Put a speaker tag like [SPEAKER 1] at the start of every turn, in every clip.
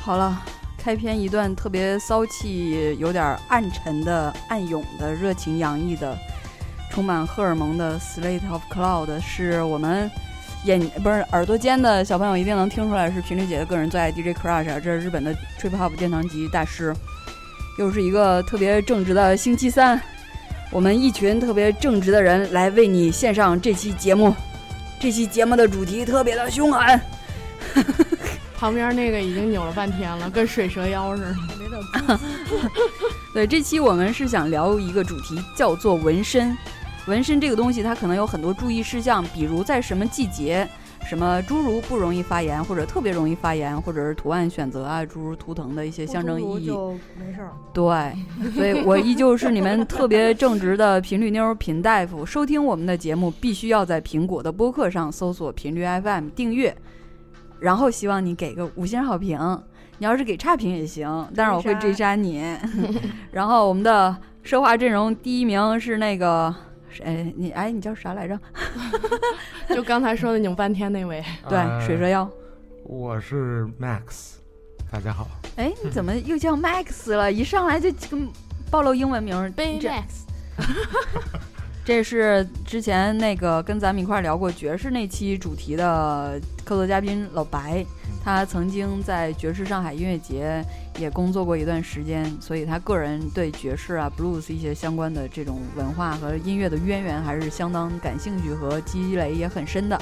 [SPEAKER 1] 好了，开篇一段特别骚气、有点暗沉的、暗涌的、热情洋溢的、充满荷尔蒙的《Slate of Cloud》，是我们眼不是耳朵尖的小朋友一定能听出来，是频率姐的个人最爱 DJ Crush，、啊、这是日本的 Trip Hop 殿堂级大师，又是一个特别正直的星期三，我们一群特别正直的人来为你献上这期节目。这期节目的主题特别的凶狠，
[SPEAKER 2] 旁边那个已经扭了半天了，跟水蛇腰似的。
[SPEAKER 1] 对，这期我们是想聊一个主题，叫做纹身。纹身这个东西，它可能有很多注意事项，比如在什么季节，什么诸如不容易发炎，或者特别容易发炎，或者是图案选择啊，诸如图腾的一些象征意义。
[SPEAKER 3] 就 没事儿。
[SPEAKER 1] 对，所以我依旧是你们特别正直的频率妞儿频大夫。收听我们的节目，必须要在苹果的播客上搜索“频率 FM” 订阅，然后希望你给个五星好评。你要是给差评也行，但是我会追杀你。然后我们的奢华阵容第一名是那个，谁哎，你哎，你叫啥来着？
[SPEAKER 2] 就刚才说的扭半天那位，
[SPEAKER 1] 对，
[SPEAKER 4] 呃
[SPEAKER 1] 水蛇腰。
[SPEAKER 4] 我是 Max，大家好。
[SPEAKER 1] 哎，你怎么又叫 Max 了？一上来就跟暴露英文名儿，
[SPEAKER 2] 贝
[SPEAKER 1] 这
[SPEAKER 2] Max，
[SPEAKER 1] 这是之前那个跟咱们一块儿聊过爵士那期主题的客座嘉宾老白，
[SPEAKER 4] 嗯
[SPEAKER 1] 他曾经在爵士上海音乐节也工作过一段时间，所以他个人对爵士啊、blues 一些相关的这种文化和音乐的渊源还是相当感兴趣和积累也很深的。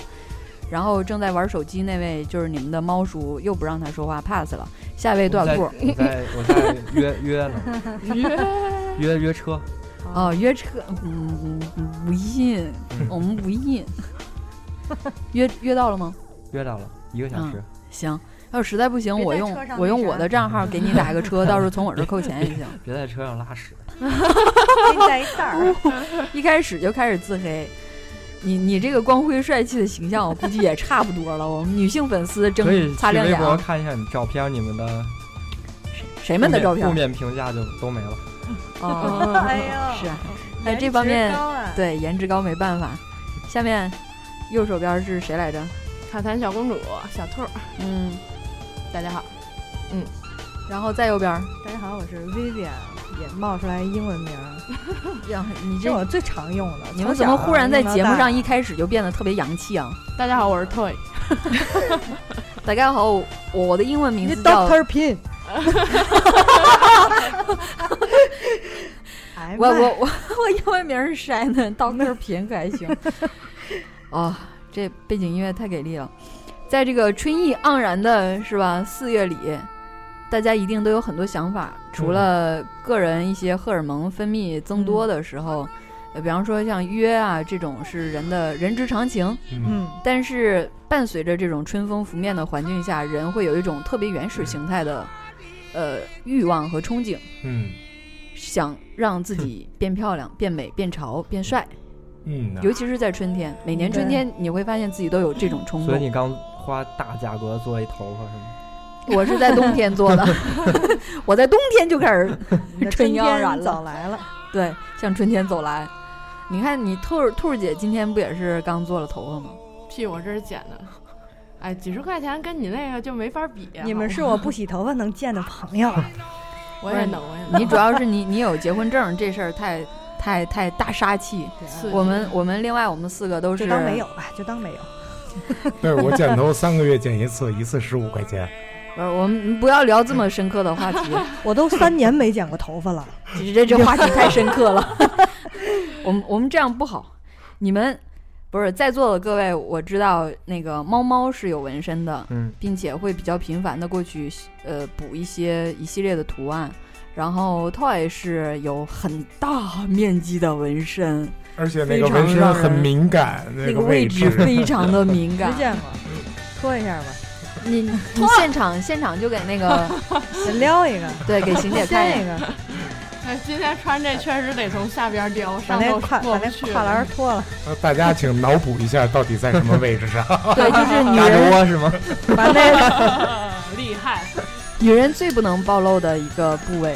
[SPEAKER 1] 然后正在玩手机那位就是你们的猫叔，又不让他说话，pass 了。下一位
[SPEAKER 4] 我
[SPEAKER 1] 段
[SPEAKER 4] 在
[SPEAKER 1] 裤
[SPEAKER 4] 我在 我在约约呢，约约车。
[SPEAKER 1] 哦，约车，嗯，不信，我们不信。 约约到了吗？
[SPEAKER 4] 约到了一个小时，
[SPEAKER 1] 行，要是实在不行，
[SPEAKER 3] 别
[SPEAKER 1] 我
[SPEAKER 3] 在
[SPEAKER 1] 用
[SPEAKER 3] 车上
[SPEAKER 1] 我
[SPEAKER 3] 那
[SPEAKER 1] 用
[SPEAKER 3] 啥
[SPEAKER 1] 我的账号给你打个 车，到时候从我这儿扣钱也行。
[SPEAKER 4] 别在车上拉屎。
[SPEAKER 3] 给你带一袋儿，
[SPEAKER 1] 一开始就开始自黑，你你这个光辉帅气的形象，我估计也差不多了。我们女性粉丝
[SPEAKER 4] 可以
[SPEAKER 1] 争擦
[SPEAKER 4] 去
[SPEAKER 1] 亮
[SPEAKER 4] 微
[SPEAKER 1] 眼
[SPEAKER 4] 博
[SPEAKER 1] 啊，
[SPEAKER 4] 看一下你照片，你们的
[SPEAKER 1] 谁们的照
[SPEAKER 4] 负
[SPEAKER 1] 片
[SPEAKER 4] 面评价就都没了。
[SPEAKER 1] 啊？
[SPEAKER 2] 嗯
[SPEAKER 3] 哎呦，
[SPEAKER 1] 是啊，在
[SPEAKER 3] 颜
[SPEAKER 1] 这方
[SPEAKER 3] 值
[SPEAKER 1] 面
[SPEAKER 3] 高啊
[SPEAKER 1] 对，颜值高没办法。下面右手边是谁来着？
[SPEAKER 2] 卡坦小公主、小兔儿，
[SPEAKER 1] 嗯，
[SPEAKER 2] 大家好。
[SPEAKER 3] 嗯
[SPEAKER 1] 然后再右边，
[SPEAKER 3] 大家好，我是 Vivian，也冒出来英文名儿，
[SPEAKER 1] 呀，你
[SPEAKER 3] 这
[SPEAKER 1] 这
[SPEAKER 3] 我最常用的。
[SPEAKER 1] 你
[SPEAKER 3] 从
[SPEAKER 1] 们怎么
[SPEAKER 3] 小
[SPEAKER 1] 忽然在
[SPEAKER 3] 用到
[SPEAKER 1] 节目
[SPEAKER 3] 大
[SPEAKER 1] 上一开始就变得特别洋气啊？
[SPEAKER 2] 大家好，我是 Toy。
[SPEAKER 1] 大家好，我我的英文名
[SPEAKER 3] 你
[SPEAKER 1] 字叫
[SPEAKER 3] Doctor Pin？哎
[SPEAKER 1] 我
[SPEAKER 3] 妈
[SPEAKER 1] 我 我我英文名是 Shannon，到那儿贫可还 行。哦，这背景音乐太给力了，在这个春意盎然的是吧四月里，大家一定都有很多想法，除了个人一些荷尔蒙分泌增多的时候，呃，比方说像约啊这种是人的人之常情，
[SPEAKER 4] 嗯，
[SPEAKER 3] 嗯，
[SPEAKER 1] 但是伴随着这种春风拂面的环境下，人会有一种特别原始形态的，呃，欲望和憧憬，
[SPEAKER 4] 嗯
[SPEAKER 1] 想让自己变漂亮、变美、变潮、变帅，
[SPEAKER 4] 嗯呐
[SPEAKER 1] 尤其是在春天。每年春天，你会发现自己都有这种冲
[SPEAKER 4] 所以
[SPEAKER 1] 动。
[SPEAKER 4] 你刚花大价格做一头发是 吗？
[SPEAKER 1] 我是在冬天做的，我在冬天就开始
[SPEAKER 3] 你
[SPEAKER 1] 春
[SPEAKER 3] 的春
[SPEAKER 1] 意盎然
[SPEAKER 3] 天
[SPEAKER 1] 了
[SPEAKER 3] 早 来了，
[SPEAKER 1] 对向春天走来。你看，你兔儿兔儿姐今天不也是刚做了头发吗？
[SPEAKER 2] 屁，我这是剪的。哎，几十块钱跟你那个就没法比。啊
[SPEAKER 3] 你们是
[SPEAKER 2] 好
[SPEAKER 3] 我不洗头发能见的 朋友。啊
[SPEAKER 2] 吗我也能，我也能。
[SPEAKER 1] 你主要是你你有结婚证这事儿太太太大杀气。
[SPEAKER 3] 对啊
[SPEAKER 2] 是
[SPEAKER 1] 我们我们另外我们四个都是
[SPEAKER 3] 啊就当没有吧，就当没有。
[SPEAKER 5] 但是我剪头三个月剪一次，一次十五块钱。
[SPEAKER 1] 不是，呃我们不要聊这么深刻的话 题，
[SPEAKER 3] 我都三年没剪过头 发了，
[SPEAKER 1] 这这这话题太深刻 了。我们我们这样不好。你们不是在座的各位，我知道那个猫猫是有纹身的，
[SPEAKER 4] 嗯，
[SPEAKER 1] 并且会比较频繁的过去呃补一些一系列的图案。然后 Toy 是有很大面积的纹身，
[SPEAKER 5] 而且那个
[SPEAKER 1] 非常
[SPEAKER 5] 纹身很敏感，
[SPEAKER 1] 那
[SPEAKER 5] 个
[SPEAKER 1] 个位置
[SPEAKER 5] 置。
[SPEAKER 1] 非常的敏
[SPEAKER 3] 没
[SPEAKER 1] 感。
[SPEAKER 3] 见过，脱一下吧，
[SPEAKER 1] 你你现场现场就给那个
[SPEAKER 3] 撩一个，
[SPEAKER 1] 对 给邢姐看一
[SPEAKER 3] 掀
[SPEAKER 1] 眼
[SPEAKER 3] 一个，
[SPEAKER 2] 哎今天穿这确实得从下边撩，
[SPEAKER 3] 把
[SPEAKER 2] 上
[SPEAKER 3] 那
[SPEAKER 2] 头
[SPEAKER 3] 跨
[SPEAKER 2] 过
[SPEAKER 3] 把
[SPEAKER 2] 不
[SPEAKER 3] 那
[SPEAKER 2] 去。
[SPEAKER 3] 跨栏儿脱了，
[SPEAKER 5] 大家请脑补一下，到底在什么位置上？
[SPEAKER 1] 对，就是女
[SPEAKER 4] 大
[SPEAKER 1] 人
[SPEAKER 4] 窝是吗？
[SPEAKER 3] 把那个
[SPEAKER 2] 厉害
[SPEAKER 1] 女人最不能暴露的一个部位，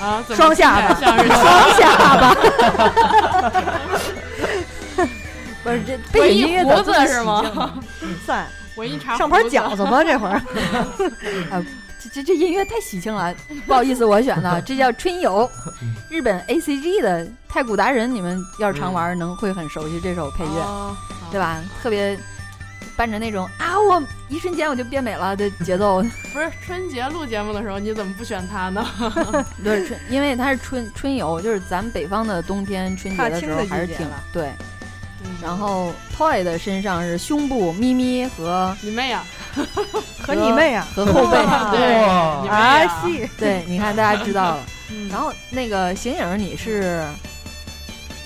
[SPEAKER 2] 啊！怎么
[SPEAKER 1] 双下巴
[SPEAKER 2] 听起来像是
[SPEAKER 1] 双下巴。不是这背景音乐咋这么喜庆
[SPEAKER 2] 我一胡子是吗？
[SPEAKER 3] 算
[SPEAKER 2] 我一查
[SPEAKER 3] 上盘
[SPEAKER 2] 胡子
[SPEAKER 3] 饺子吧，这会儿
[SPEAKER 1] 啊，这这这音乐太喜庆了，不好意思，我选的这叫春游，日本 A C G 的太鼓达人，你们要是常玩儿能会很熟悉这首配乐，
[SPEAKER 2] 哦
[SPEAKER 1] 对？吧？特别伴着那种啊，我一瞬间我就变美了的节奏，
[SPEAKER 2] 好不是春节录节目的时候，你怎么不选它呢？
[SPEAKER 1] 对，春，因为它是春春游，就是咱们北方的冬天春节的时候还是
[SPEAKER 3] 踏青的季节
[SPEAKER 1] 挺
[SPEAKER 3] 了
[SPEAKER 1] 对。然后 Toy 的身上是胸部、咪咪 和
[SPEAKER 2] 你妹呀！啊
[SPEAKER 3] 和你妹啊！
[SPEAKER 1] 和后背，
[SPEAKER 3] 哇
[SPEAKER 2] 对你妹
[SPEAKER 4] 哇，
[SPEAKER 2] 呀
[SPEAKER 3] 啊，戏，
[SPEAKER 1] 对，你看大家知道了。
[SPEAKER 3] 嗯
[SPEAKER 1] 然后那个形影，你是
[SPEAKER 3] 呃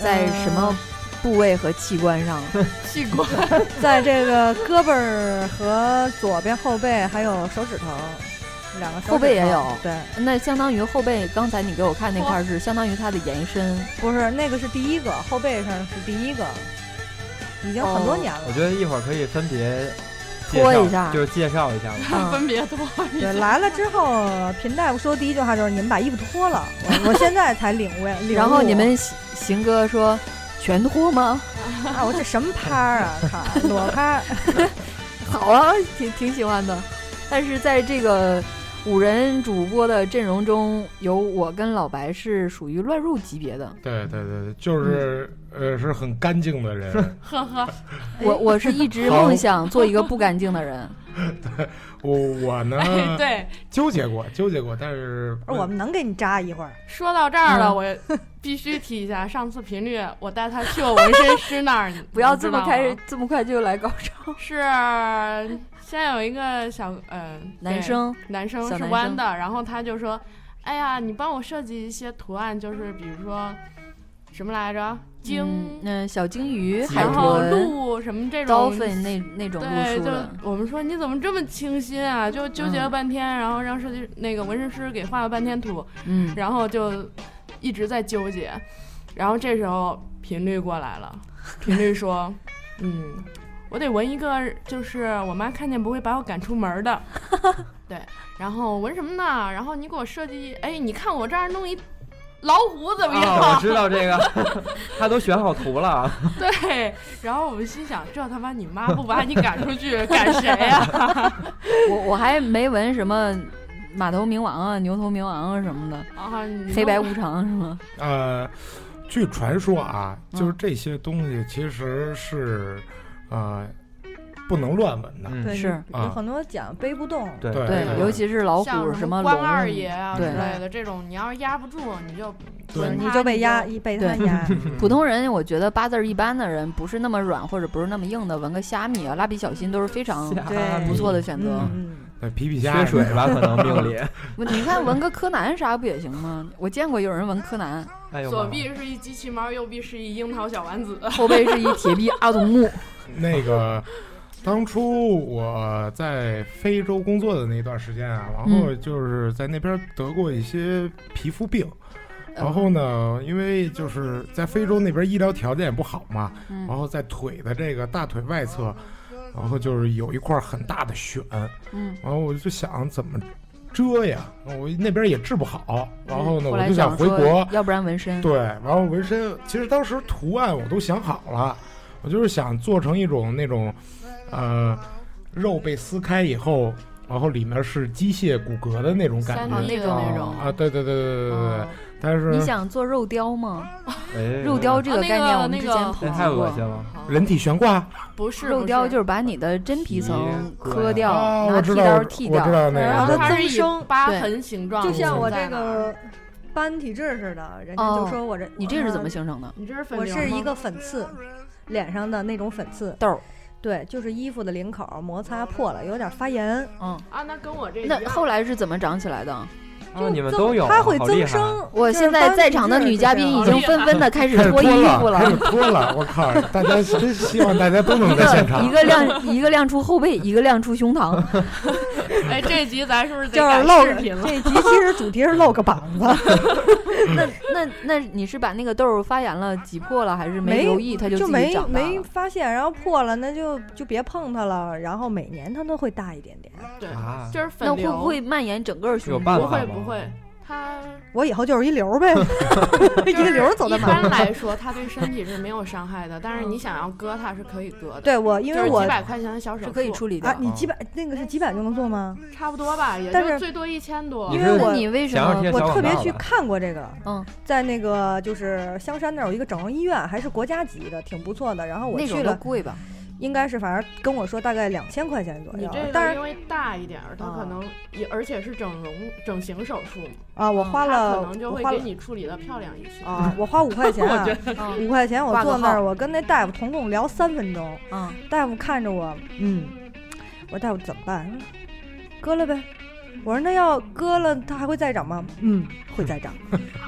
[SPEAKER 1] 在什么部位和器官 上？
[SPEAKER 2] 屁股，
[SPEAKER 3] 在这个胳膊儿和左边后背还有手指头，两个手指头
[SPEAKER 1] 后背也有
[SPEAKER 3] 对，
[SPEAKER 1] 那相当于后背，刚才你给我看那块儿是相当于它的延伸。
[SPEAKER 3] 不是那个是第一个，后背上是第一个，已经
[SPEAKER 1] 哦
[SPEAKER 3] 很多年了。
[SPEAKER 4] 我觉得一会儿可以分别介
[SPEAKER 1] 拖
[SPEAKER 4] 绍
[SPEAKER 1] 一下
[SPEAKER 4] 就是介绍一下吧。
[SPEAKER 1] 嗯，
[SPEAKER 2] 分别多一
[SPEAKER 3] 对，
[SPEAKER 2] 下。
[SPEAKER 3] 来了之后，贫大夫说第一句话就是：“你们把衣服脱了。我”我现在才领 悟，领悟
[SPEAKER 1] 然后你们行行哥说全脱吗？
[SPEAKER 3] 啊，我这什么拍儿啊，靠，裸 拍儿，
[SPEAKER 1] 好啊，挺挺喜欢的。但是在这个五人主播的阵容中，有我跟老白是属于乱入级别的，
[SPEAKER 5] 对对对对，就是呃，是很干净的人。
[SPEAKER 2] 呵呵，
[SPEAKER 1] 我我是一直
[SPEAKER 5] 好
[SPEAKER 1] 梦想做一个不干净的人。
[SPEAKER 5] 我我呢，
[SPEAKER 2] 哎，对，
[SPEAKER 5] 纠结过，纠结过，但是
[SPEAKER 3] 不是我们能给你扎一会儿？
[SPEAKER 2] 说到这儿了，
[SPEAKER 1] 嗯
[SPEAKER 2] 我必须提一下，上次频率我带他去我纹身师那儿，你
[SPEAKER 1] 不要这么开，
[SPEAKER 2] 你
[SPEAKER 1] 始
[SPEAKER 2] 知，
[SPEAKER 1] 这么快就来高潮。
[SPEAKER 2] 道吗是先有一个小呃
[SPEAKER 1] 男生
[SPEAKER 2] 对男生
[SPEAKER 1] 小
[SPEAKER 2] 是
[SPEAKER 1] 男
[SPEAKER 2] 弯
[SPEAKER 1] 生
[SPEAKER 2] 的，然后他就说，哎呀，你帮我设计一些图案，就是比如说什么来着，鲸，
[SPEAKER 1] 嗯，嗯小鲸鱼、海
[SPEAKER 2] 然后
[SPEAKER 1] 豚、
[SPEAKER 2] 鹿什么这种
[SPEAKER 1] dolphin 那那种路
[SPEAKER 2] 对，
[SPEAKER 1] 数
[SPEAKER 2] 就
[SPEAKER 1] 的，
[SPEAKER 2] 我们说你怎么这么清新啊？就纠结了
[SPEAKER 1] 嗯
[SPEAKER 2] 半天，然后让设计那个纹身师给画了半天图，
[SPEAKER 1] 嗯，
[SPEAKER 2] 然后就一直在纠结。然后这时候频率过来了，频 率说：“嗯，我得纹一个，就是我妈看见不会把我赶出 门的。”对，然后纹什么呢？然后你给我设计，哎，你看我这儿弄一老虎怎么样？
[SPEAKER 4] 啊，我知道这个， 他都选好图了。 啊
[SPEAKER 2] 对，然后我们心想，这他妈你妈不把你赶 出去，赶谁啊呀、
[SPEAKER 1] 我我还没闻什么马头冥王啊、牛头冥王啊什么的，
[SPEAKER 2] 啊，你
[SPEAKER 1] 黑白
[SPEAKER 2] 弄
[SPEAKER 1] 无常是吗？
[SPEAKER 5] 呃，据传说啊，
[SPEAKER 1] 嗯
[SPEAKER 5] 就是这些东西其实是呃不能乱闻的。
[SPEAKER 4] 嗯，
[SPEAKER 3] 对，
[SPEAKER 1] 是
[SPEAKER 3] 有
[SPEAKER 5] 啊
[SPEAKER 3] 很多讲背不动，
[SPEAKER 4] 对
[SPEAKER 5] 对
[SPEAKER 1] 对，尤其是老
[SPEAKER 2] 像
[SPEAKER 1] 虎、什么
[SPEAKER 2] 关
[SPEAKER 1] 龙
[SPEAKER 2] 二爷啊之
[SPEAKER 1] 对
[SPEAKER 2] 类的这种，你要是压不住，你就
[SPEAKER 5] 对
[SPEAKER 2] 轮
[SPEAKER 3] 你
[SPEAKER 2] 他
[SPEAKER 3] 就被压，
[SPEAKER 2] 你
[SPEAKER 3] 一被他 压。
[SPEAKER 1] 普通人，我觉得八字儿一般的人，不是那么软或者不是那么硬的，纹个虾米啊、蜡笔小新都是非常
[SPEAKER 4] 下
[SPEAKER 3] 对
[SPEAKER 1] 不错的选择。
[SPEAKER 3] 嗯，
[SPEAKER 5] 那皮皮虾
[SPEAKER 4] 缺水吧，可能命里。
[SPEAKER 1] 我你看纹个柯南啥不也行吗？我见过有人纹柯南，
[SPEAKER 4] 哎呦，
[SPEAKER 2] 左臂是一机器猫，右臂是一樱桃小丸子。
[SPEAKER 1] 后背是一铁臂阿童 木，
[SPEAKER 5] 那个，当初我在非洲工作的那段时间啊，然
[SPEAKER 4] 嗯
[SPEAKER 5] 后就是在那边得过一些皮肤病，
[SPEAKER 4] 嗯
[SPEAKER 5] 然后呢，因为就是在非洲那边医疗条件也不好嘛，
[SPEAKER 1] 嗯
[SPEAKER 5] 然后在腿的这个大腿外侧，然后就是有一块很大的癣，
[SPEAKER 1] 嗯，
[SPEAKER 5] 然后我就想怎么遮呀，我那边也治不好，然后呢，
[SPEAKER 1] 嗯后
[SPEAKER 5] 我
[SPEAKER 1] 来
[SPEAKER 5] 就想
[SPEAKER 1] 想
[SPEAKER 5] 回
[SPEAKER 1] 说
[SPEAKER 5] 国，
[SPEAKER 1] 要不然纹身，
[SPEAKER 5] 对，然后纹身，其实当时图案我都想好了，我就是想做成一种那种，呃，肉被撕开以后，然后里面是机械骨骼的那种感
[SPEAKER 2] 三
[SPEAKER 1] 啊
[SPEAKER 5] 觉
[SPEAKER 2] D
[SPEAKER 1] 那
[SPEAKER 2] 的
[SPEAKER 1] 种
[SPEAKER 2] 那种
[SPEAKER 5] 啊，对对对对对对对，
[SPEAKER 1] 哦
[SPEAKER 5] 但
[SPEAKER 1] 你
[SPEAKER 5] 是
[SPEAKER 1] 想做肉雕吗？
[SPEAKER 4] 哎
[SPEAKER 1] 肉雕这个
[SPEAKER 2] 啊那
[SPEAKER 1] 概念
[SPEAKER 2] 个
[SPEAKER 1] 我们之
[SPEAKER 2] 那
[SPEAKER 1] 前
[SPEAKER 2] 个
[SPEAKER 1] 普
[SPEAKER 4] 那太
[SPEAKER 1] 及
[SPEAKER 4] 恶心
[SPEAKER 1] 过。
[SPEAKER 4] 了。
[SPEAKER 5] 哦 人体悬挂
[SPEAKER 2] 不是
[SPEAKER 1] 肉雕就是是把你的真皮层
[SPEAKER 4] 皮
[SPEAKER 1] 磕掉，
[SPEAKER 5] 啊，
[SPEAKER 1] 拿
[SPEAKER 5] 我
[SPEAKER 1] 剃
[SPEAKER 5] 知道，
[SPEAKER 1] 刀
[SPEAKER 5] 我
[SPEAKER 1] 剃
[SPEAKER 5] 我知
[SPEAKER 1] 掉。
[SPEAKER 5] 道那个
[SPEAKER 2] 然后
[SPEAKER 3] 它
[SPEAKER 2] 它
[SPEAKER 3] 增
[SPEAKER 2] 是以
[SPEAKER 3] 生
[SPEAKER 2] 疤
[SPEAKER 1] 对
[SPEAKER 2] 痕形状
[SPEAKER 3] 就
[SPEAKER 2] 的存在啊呢，
[SPEAKER 3] 像我这个斑体质似的，人家就说我这
[SPEAKER 1] 哦
[SPEAKER 3] 嗯
[SPEAKER 1] 你这是怎么？形成的？
[SPEAKER 2] 你这是粉
[SPEAKER 3] 我
[SPEAKER 2] 瘤
[SPEAKER 3] 是
[SPEAKER 2] 吗
[SPEAKER 3] 一个粉刺，脸上的那种粉刺，
[SPEAKER 1] 痘儿。
[SPEAKER 3] 对，就是衣服的领口摩擦破了，有点发炎，
[SPEAKER 1] 嗯，
[SPEAKER 2] 啊，那跟我这一
[SPEAKER 1] 那
[SPEAKER 2] 样
[SPEAKER 1] 后来是怎么长起来的？
[SPEAKER 4] 啊，你们
[SPEAKER 3] 增
[SPEAKER 4] 都有，
[SPEAKER 3] 它会
[SPEAKER 4] 好厉
[SPEAKER 3] 增
[SPEAKER 4] 害。啊
[SPEAKER 3] 生。
[SPEAKER 1] 我现在在场的女嘉宾
[SPEAKER 3] 啊
[SPEAKER 1] 已经纷纷的开始
[SPEAKER 5] 开始
[SPEAKER 1] 脱
[SPEAKER 5] 脱
[SPEAKER 1] 衣服
[SPEAKER 5] 了，开始脱了，我靠！大家真希望大家都能在现场
[SPEAKER 1] 一。个 亮一个亮出后背，一个亮出 胸膛。
[SPEAKER 2] 哎，这集咱是不是 得
[SPEAKER 3] 就是
[SPEAKER 2] 改
[SPEAKER 3] 露
[SPEAKER 2] 视频了？
[SPEAKER 3] 这集其实主题是露个膀子，
[SPEAKER 1] 那那那你是把那个痘儿发炎了、挤破了，还是
[SPEAKER 3] 没
[SPEAKER 1] 留意它就
[SPEAKER 3] 就
[SPEAKER 1] 自己
[SPEAKER 3] 没
[SPEAKER 1] 长大
[SPEAKER 3] 没
[SPEAKER 1] 了？
[SPEAKER 3] 发现，然后破了，那就就别碰它了。然后每年它都会大一点点，
[SPEAKER 2] 对，
[SPEAKER 4] 啊
[SPEAKER 2] 就是粉
[SPEAKER 1] 那会
[SPEAKER 2] 瘤，
[SPEAKER 1] 不会蔓延整个
[SPEAKER 4] 有
[SPEAKER 1] 胸部？
[SPEAKER 4] 办
[SPEAKER 5] 啊
[SPEAKER 2] 不
[SPEAKER 4] 法
[SPEAKER 2] 会
[SPEAKER 4] 吗？
[SPEAKER 2] 不会，它
[SPEAKER 3] 我以后就是一流 呗，一
[SPEAKER 2] 就是
[SPEAKER 3] 流走到
[SPEAKER 2] 一
[SPEAKER 3] 哪
[SPEAKER 2] 般
[SPEAKER 3] 儿。
[SPEAKER 2] 来说，它对身体是没有伤害的，但是你想要割它是可以割的，
[SPEAKER 3] 对我，因
[SPEAKER 2] 就
[SPEAKER 3] 为
[SPEAKER 2] 是
[SPEAKER 3] 我
[SPEAKER 2] 几百块钱的小手
[SPEAKER 1] 是
[SPEAKER 2] 术
[SPEAKER 1] 可以处理的
[SPEAKER 3] 啊，。你几百那个是几百就能做吗？
[SPEAKER 2] 差不多吧，也
[SPEAKER 3] 但是
[SPEAKER 2] 就最多一千多
[SPEAKER 4] 你。
[SPEAKER 3] 因为
[SPEAKER 4] 是
[SPEAKER 3] 我
[SPEAKER 6] 你为什
[SPEAKER 4] 想要
[SPEAKER 6] 么
[SPEAKER 4] 贴
[SPEAKER 6] 不？
[SPEAKER 3] 我
[SPEAKER 4] 小
[SPEAKER 3] 特
[SPEAKER 4] 广
[SPEAKER 3] 别
[SPEAKER 4] 告
[SPEAKER 3] 去
[SPEAKER 4] 吧
[SPEAKER 3] 看过这个，
[SPEAKER 6] 嗯，
[SPEAKER 3] 在那个就是香山那儿有一个整容医院，还是国家级的，挺不错的。然后我
[SPEAKER 1] 那
[SPEAKER 3] 去
[SPEAKER 1] 种都
[SPEAKER 3] 了，
[SPEAKER 1] 贵 吧？
[SPEAKER 3] 应该是反正跟我说大概两千块钱左
[SPEAKER 2] 你
[SPEAKER 3] 右。
[SPEAKER 2] 这
[SPEAKER 3] 但
[SPEAKER 2] 个
[SPEAKER 3] 是
[SPEAKER 2] 因为大一点儿，它
[SPEAKER 3] 啊
[SPEAKER 2] 可能也而且是整容整形手术嘛，
[SPEAKER 3] 啊，我
[SPEAKER 6] 嗯
[SPEAKER 3] 花
[SPEAKER 2] 它
[SPEAKER 3] 了
[SPEAKER 2] 可能就
[SPEAKER 3] 我
[SPEAKER 2] 会
[SPEAKER 3] 花
[SPEAKER 2] 给
[SPEAKER 3] 了
[SPEAKER 2] 你处理的漂亮一些。
[SPEAKER 3] 啊，我花五块钱啊，
[SPEAKER 6] 嗯
[SPEAKER 3] 五块钱我
[SPEAKER 1] 挂个
[SPEAKER 3] 坐那儿，
[SPEAKER 1] 号
[SPEAKER 3] 我跟那大夫同共聊三分钟，
[SPEAKER 6] 嗯，
[SPEAKER 3] 大夫看着我，嗯，我说大夫怎么办？他说割了呗。我说那要割了，它还会再长吗？嗯，会再长。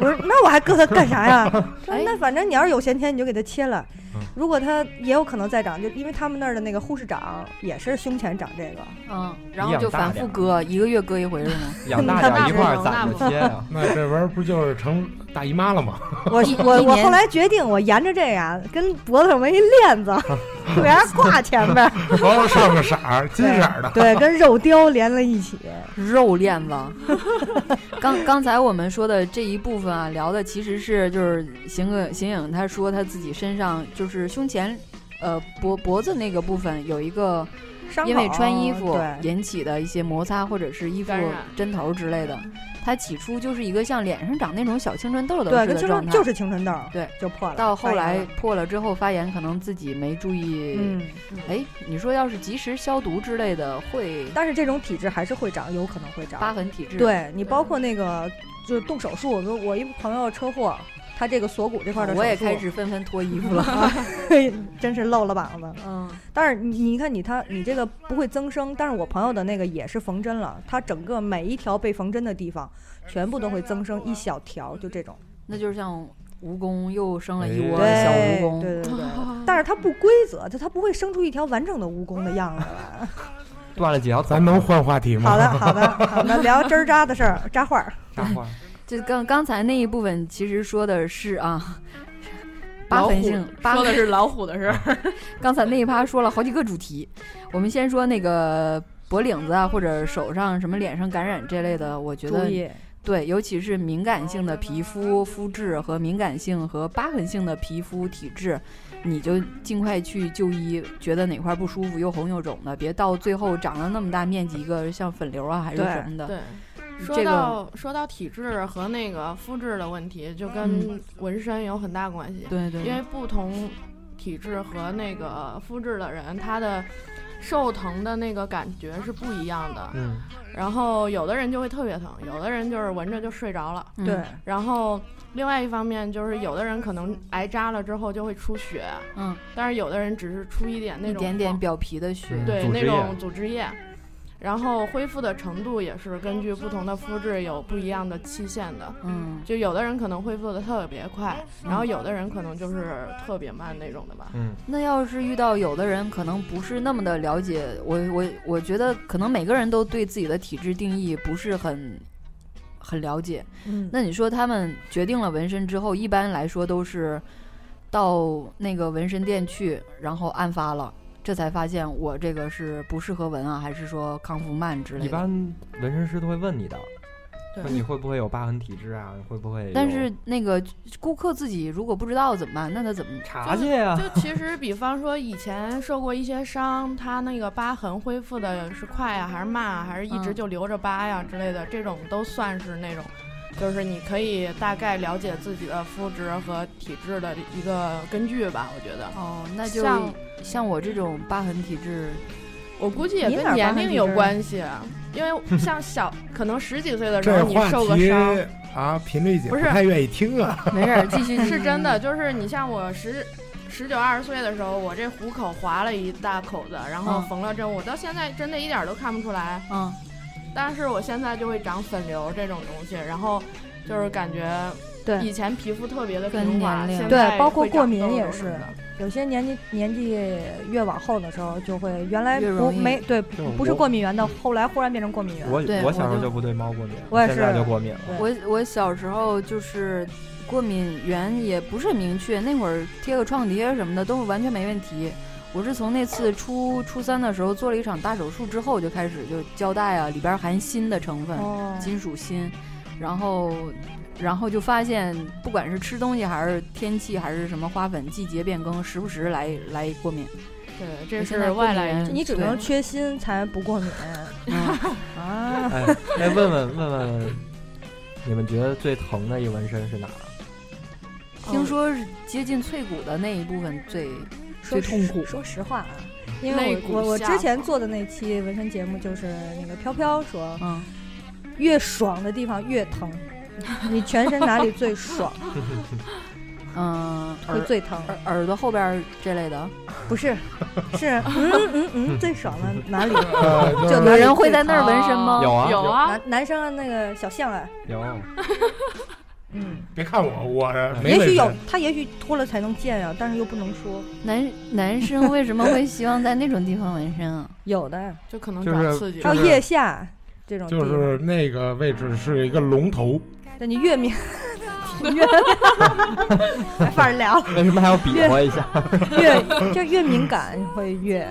[SPEAKER 3] 我说那我还割它干啥 呀？他说那反正你要是有闲钱，你就给它切了
[SPEAKER 5] 嗯。
[SPEAKER 3] 如果它也有可能再长，就因为他们那儿的那个护士长也是胸前长这个，
[SPEAKER 1] 嗯，然后
[SPEAKER 4] 养
[SPEAKER 1] 就
[SPEAKER 4] 大
[SPEAKER 1] 反
[SPEAKER 4] 点
[SPEAKER 1] 复
[SPEAKER 4] 儿
[SPEAKER 1] 割，一个月割一回是吗？
[SPEAKER 4] 养大
[SPEAKER 3] 那
[SPEAKER 4] 点一
[SPEAKER 2] 不
[SPEAKER 4] 块儿
[SPEAKER 2] 能
[SPEAKER 4] 攒
[SPEAKER 2] 那
[SPEAKER 4] 着
[SPEAKER 2] 不
[SPEAKER 4] 贴呀。
[SPEAKER 5] 那这玩意儿不就是成大姨妈了吗？
[SPEAKER 3] 我
[SPEAKER 6] 一
[SPEAKER 3] 我
[SPEAKER 6] 一
[SPEAKER 3] 我
[SPEAKER 6] 年
[SPEAKER 3] 后来决定，我沿着这样跟脖子上围一链 子，给它挂前面，
[SPEAKER 5] 然后上个色儿，金色儿的，
[SPEAKER 3] 对，跟肉貂连了一起。
[SPEAKER 1] 肉链子。 刚刚才我们说的这一部分啊，聊的其实是就是邢影邢影他说他自己身上就是胸前，呃脖脖子那个部分有一个
[SPEAKER 3] 伤
[SPEAKER 1] 因为
[SPEAKER 3] 口
[SPEAKER 1] 穿衣服
[SPEAKER 3] 对，
[SPEAKER 1] 引起的一些摩擦或者是衣服
[SPEAKER 2] 感染
[SPEAKER 1] 针头之类的。他起初就是一个像脸上长那种小青春痘痘
[SPEAKER 3] 对，
[SPEAKER 1] 似
[SPEAKER 3] 跟
[SPEAKER 1] 的
[SPEAKER 3] 青
[SPEAKER 1] 状
[SPEAKER 3] 春
[SPEAKER 1] 态，
[SPEAKER 3] 就是青春痘，
[SPEAKER 1] 对，
[SPEAKER 3] 就破了。
[SPEAKER 1] 到后
[SPEAKER 3] 发
[SPEAKER 1] 来
[SPEAKER 3] 炎了
[SPEAKER 1] 破了之后发炎，可能自己没注意。
[SPEAKER 3] 嗯，
[SPEAKER 1] 哎，你说要是及时消毒之类的，会
[SPEAKER 3] 但是这种体质还是会长，有可能会
[SPEAKER 1] 疤
[SPEAKER 3] 长。
[SPEAKER 1] 痕体质。，
[SPEAKER 3] 对你包括那个就是动手术，我我一朋友车祸，他这个锁骨这块的
[SPEAKER 1] 哦我也
[SPEAKER 3] 手术
[SPEAKER 1] 开始纷纷脱衣服了。
[SPEAKER 3] 真是露了膀子。
[SPEAKER 1] 嗯，
[SPEAKER 3] 但是你你看你他你这个不会增生，但是我朋友的那个也是缝针了，他整个每一条被缝针的地方全部都会增生一小条，就这种。
[SPEAKER 1] 那就是像蜈蚣又生了一
[SPEAKER 2] 哎
[SPEAKER 1] 窝小蜈
[SPEAKER 3] 对
[SPEAKER 1] 蚣。
[SPEAKER 3] 对对 对， 但是它不规则，就它不会生出一条完整的蜈蚣的样子来。
[SPEAKER 4] 断了几条腿，
[SPEAKER 5] 咱能换话 题吗？
[SPEAKER 3] 好的，好的，好的，聊针儿扎的事儿，扎画儿。
[SPEAKER 4] 大花。
[SPEAKER 1] 就刚刚才那一部分，其实说的是啊，
[SPEAKER 2] 老
[SPEAKER 1] 疤
[SPEAKER 2] 虎
[SPEAKER 1] 痕性疤
[SPEAKER 2] 说的是老虎的 事儿，
[SPEAKER 1] 刚才那一趴说了好几个主题，我们先说那个脖领子啊，或者手上什么脸上感染这类的，我 觉得
[SPEAKER 3] 意，
[SPEAKER 1] 对，尤其是敏感性的皮肤肤质和敏感性和疤痕性的皮肤体质，你就尽快去就医，觉得哪块不舒服又红又肿的，别到最后长了那么大面积一个像粉瘤啊还是
[SPEAKER 3] 对
[SPEAKER 1] 什么的。
[SPEAKER 2] 对。
[SPEAKER 1] 这
[SPEAKER 2] 说
[SPEAKER 1] 个
[SPEAKER 2] 到、说到体质和那个肤质的问题，就跟纹身有很大关系，
[SPEAKER 1] 对嗯对
[SPEAKER 2] 因为不同体质和那个肤质的人，他的受疼的那个感觉是不一样的。
[SPEAKER 4] 嗯，
[SPEAKER 2] 然后有的人就会特别疼，有的人就是闻着就睡着了。
[SPEAKER 1] 嗯
[SPEAKER 3] 对，
[SPEAKER 2] 然后另外一方面就是有的人可能挨扎了之后就会出血，
[SPEAKER 1] 嗯，
[SPEAKER 2] 但是有的人只是出一点那
[SPEAKER 1] 一
[SPEAKER 2] 种
[SPEAKER 1] 点
[SPEAKER 2] 黄
[SPEAKER 1] 点表皮的血，
[SPEAKER 2] 对
[SPEAKER 4] 组织
[SPEAKER 2] 那
[SPEAKER 4] 液
[SPEAKER 2] 种组织液，然后恢复的程度也是根据不同的肤质有不一样的期限的。
[SPEAKER 1] 嗯，
[SPEAKER 2] 就有的人可能恢复的特别快，然后有的人可能就是特别慢那种的吧。
[SPEAKER 4] 嗯，
[SPEAKER 1] 那要是遇到有的人可能不是那么的了解，我我我觉得可能每个人都对自己的体质定义不是很很了解。
[SPEAKER 3] 嗯，
[SPEAKER 1] 那你说他们决定了纹身之后，一般来说都是到那个纹身店去，然后案发了，这才发现我这个是不适合纹啊，还是说康复慢之类
[SPEAKER 4] 一
[SPEAKER 1] 的。
[SPEAKER 4] 般纹身师都会问你的，
[SPEAKER 2] 对
[SPEAKER 4] 问你会不会有疤痕体质啊？你会不会有？
[SPEAKER 1] 但是那个顾客自己如果不知道怎么办？那他怎么
[SPEAKER 4] 查去
[SPEAKER 1] 啊
[SPEAKER 4] 呀，
[SPEAKER 2] 就其实，比方说以前受过一些伤，他那个疤痕恢复的是快呀、还是慢啊，还是一直
[SPEAKER 1] 嗯
[SPEAKER 2] 就留着疤呀、之类的，这种都算是那种，就是你可以大概了解自己的肤质和体质的一个根据吧，我觉得。
[SPEAKER 1] 哦，那就
[SPEAKER 2] 像
[SPEAKER 1] 像我这种疤痕体质，
[SPEAKER 2] 我估计也
[SPEAKER 3] 你哪
[SPEAKER 2] 跟
[SPEAKER 3] 儿
[SPEAKER 2] 年
[SPEAKER 3] 疤痕
[SPEAKER 2] 龄
[SPEAKER 3] 体
[SPEAKER 2] 有
[SPEAKER 3] 质啊
[SPEAKER 2] 关系，啊因为像小可能十几岁的 时
[SPEAKER 5] 这
[SPEAKER 2] 候你
[SPEAKER 5] 话
[SPEAKER 2] 受个
[SPEAKER 5] 题
[SPEAKER 2] 伤，
[SPEAKER 5] 啊，频率姐
[SPEAKER 2] 不是
[SPEAKER 5] 太愿意听啊。
[SPEAKER 1] 没事儿，继续
[SPEAKER 2] 是真的，就是你像我十十九二十岁的时候，我这虎口划了一大口子，然后
[SPEAKER 1] 嗯
[SPEAKER 2] 缝了针，我到现在真的一点儿都看不出来。
[SPEAKER 1] 嗯，
[SPEAKER 2] 但是我现在就会长粉瘤这种东西，然后就是感觉
[SPEAKER 3] 对
[SPEAKER 2] 以前皮肤特别的
[SPEAKER 1] 跟
[SPEAKER 2] 平滑，
[SPEAKER 1] 年龄
[SPEAKER 2] 现
[SPEAKER 3] 对
[SPEAKER 2] 在
[SPEAKER 3] 包括
[SPEAKER 2] 会
[SPEAKER 3] 过
[SPEAKER 2] 长
[SPEAKER 3] 敏
[SPEAKER 2] 痘痘
[SPEAKER 3] 也
[SPEAKER 2] 什
[SPEAKER 3] 是
[SPEAKER 2] 么的
[SPEAKER 3] 有些年纪年纪越往后的时候，就会原来
[SPEAKER 1] 越
[SPEAKER 3] 不
[SPEAKER 1] 容易
[SPEAKER 3] 没对，
[SPEAKER 4] 就
[SPEAKER 3] 不是
[SPEAKER 4] 我
[SPEAKER 3] 过敏源的，后来忽然变成过敏源。
[SPEAKER 4] 我
[SPEAKER 1] 对
[SPEAKER 4] 我小时
[SPEAKER 1] 我
[SPEAKER 4] 候
[SPEAKER 1] 就
[SPEAKER 4] 就不对猫过敏，
[SPEAKER 3] 我也
[SPEAKER 4] 现在
[SPEAKER 3] 是
[SPEAKER 4] 就过敏了。
[SPEAKER 3] 对
[SPEAKER 1] 我我小时候就是过敏源也不是很明确，那会儿贴个创可贴什么的都是完全没问题。我是从那次初初三的时候做了一场大手术之后就开始就胶带啊里边含锌的成分，
[SPEAKER 3] 哦，
[SPEAKER 1] 金属锌，然后然后就发现，不管是吃东西还是天气还是什么花粉，季节变更，时不时来来过敏。
[SPEAKER 2] 对，这
[SPEAKER 1] 现在
[SPEAKER 2] 是
[SPEAKER 1] 过
[SPEAKER 2] 外来
[SPEAKER 1] 年
[SPEAKER 2] 人，
[SPEAKER 3] 你只能缺锌才不 过敏啊！
[SPEAKER 4] 哎哎，问问问问，你们觉得最疼的一纹身是哪儿？
[SPEAKER 1] 听说是接近脆骨的那一部分最最
[SPEAKER 3] 说实
[SPEAKER 1] 痛苦
[SPEAKER 3] 说实话啊，因
[SPEAKER 2] 肋
[SPEAKER 3] 为
[SPEAKER 2] 骨
[SPEAKER 3] 我我我
[SPEAKER 2] 下
[SPEAKER 3] 之前做的那期纹身节目就是那个飘飘说，
[SPEAKER 1] 嗯，
[SPEAKER 3] 越爽的地方越疼， 你全身哪里最爽
[SPEAKER 1] 嗯，
[SPEAKER 3] 会
[SPEAKER 1] 耳
[SPEAKER 3] 最疼？
[SPEAKER 1] 耳耳朵后边儿这类的，
[SPEAKER 3] 不是，是嗯嗯嗯最爽的哪里？
[SPEAKER 5] 呃，就
[SPEAKER 3] 就是
[SPEAKER 1] 有人会在那儿纹身吗？
[SPEAKER 4] 有啊
[SPEAKER 2] 有啊，
[SPEAKER 3] 男男生的那个小象啊，
[SPEAKER 4] 有，
[SPEAKER 3] 嗯，
[SPEAKER 5] 别看我，我
[SPEAKER 4] 哎
[SPEAKER 5] 没
[SPEAKER 3] 也许
[SPEAKER 5] 纹
[SPEAKER 3] 有
[SPEAKER 5] 身，
[SPEAKER 3] 他也许脱了才能见呀，但是又不能说。
[SPEAKER 1] 男男生为什么会希望在那种地方纹身啊？
[SPEAKER 3] 有的
[SPEAKER 2] 就可能
[SPEAKER 5] 就
[SPEAKER 2] 长
[SPEAKER 5] 是
[SPEAKER 2] 刺激
[SPEAKER 5] 就
[SPEAKER 3] 还
[SPEAKER 2] 了。
[SPEAKER 3] 有腋下这种地
[SPEAKER 5] 就
[SPEAKER 3] 方，
[SPEAKER 5] 是那个位置是一个龙头，
[SPEAKER 3] 对 你越明越没法聊了，
[SPEAKER 4] 为什么还要比划一下？
[SPEAKER 3] 越 就越敏感会越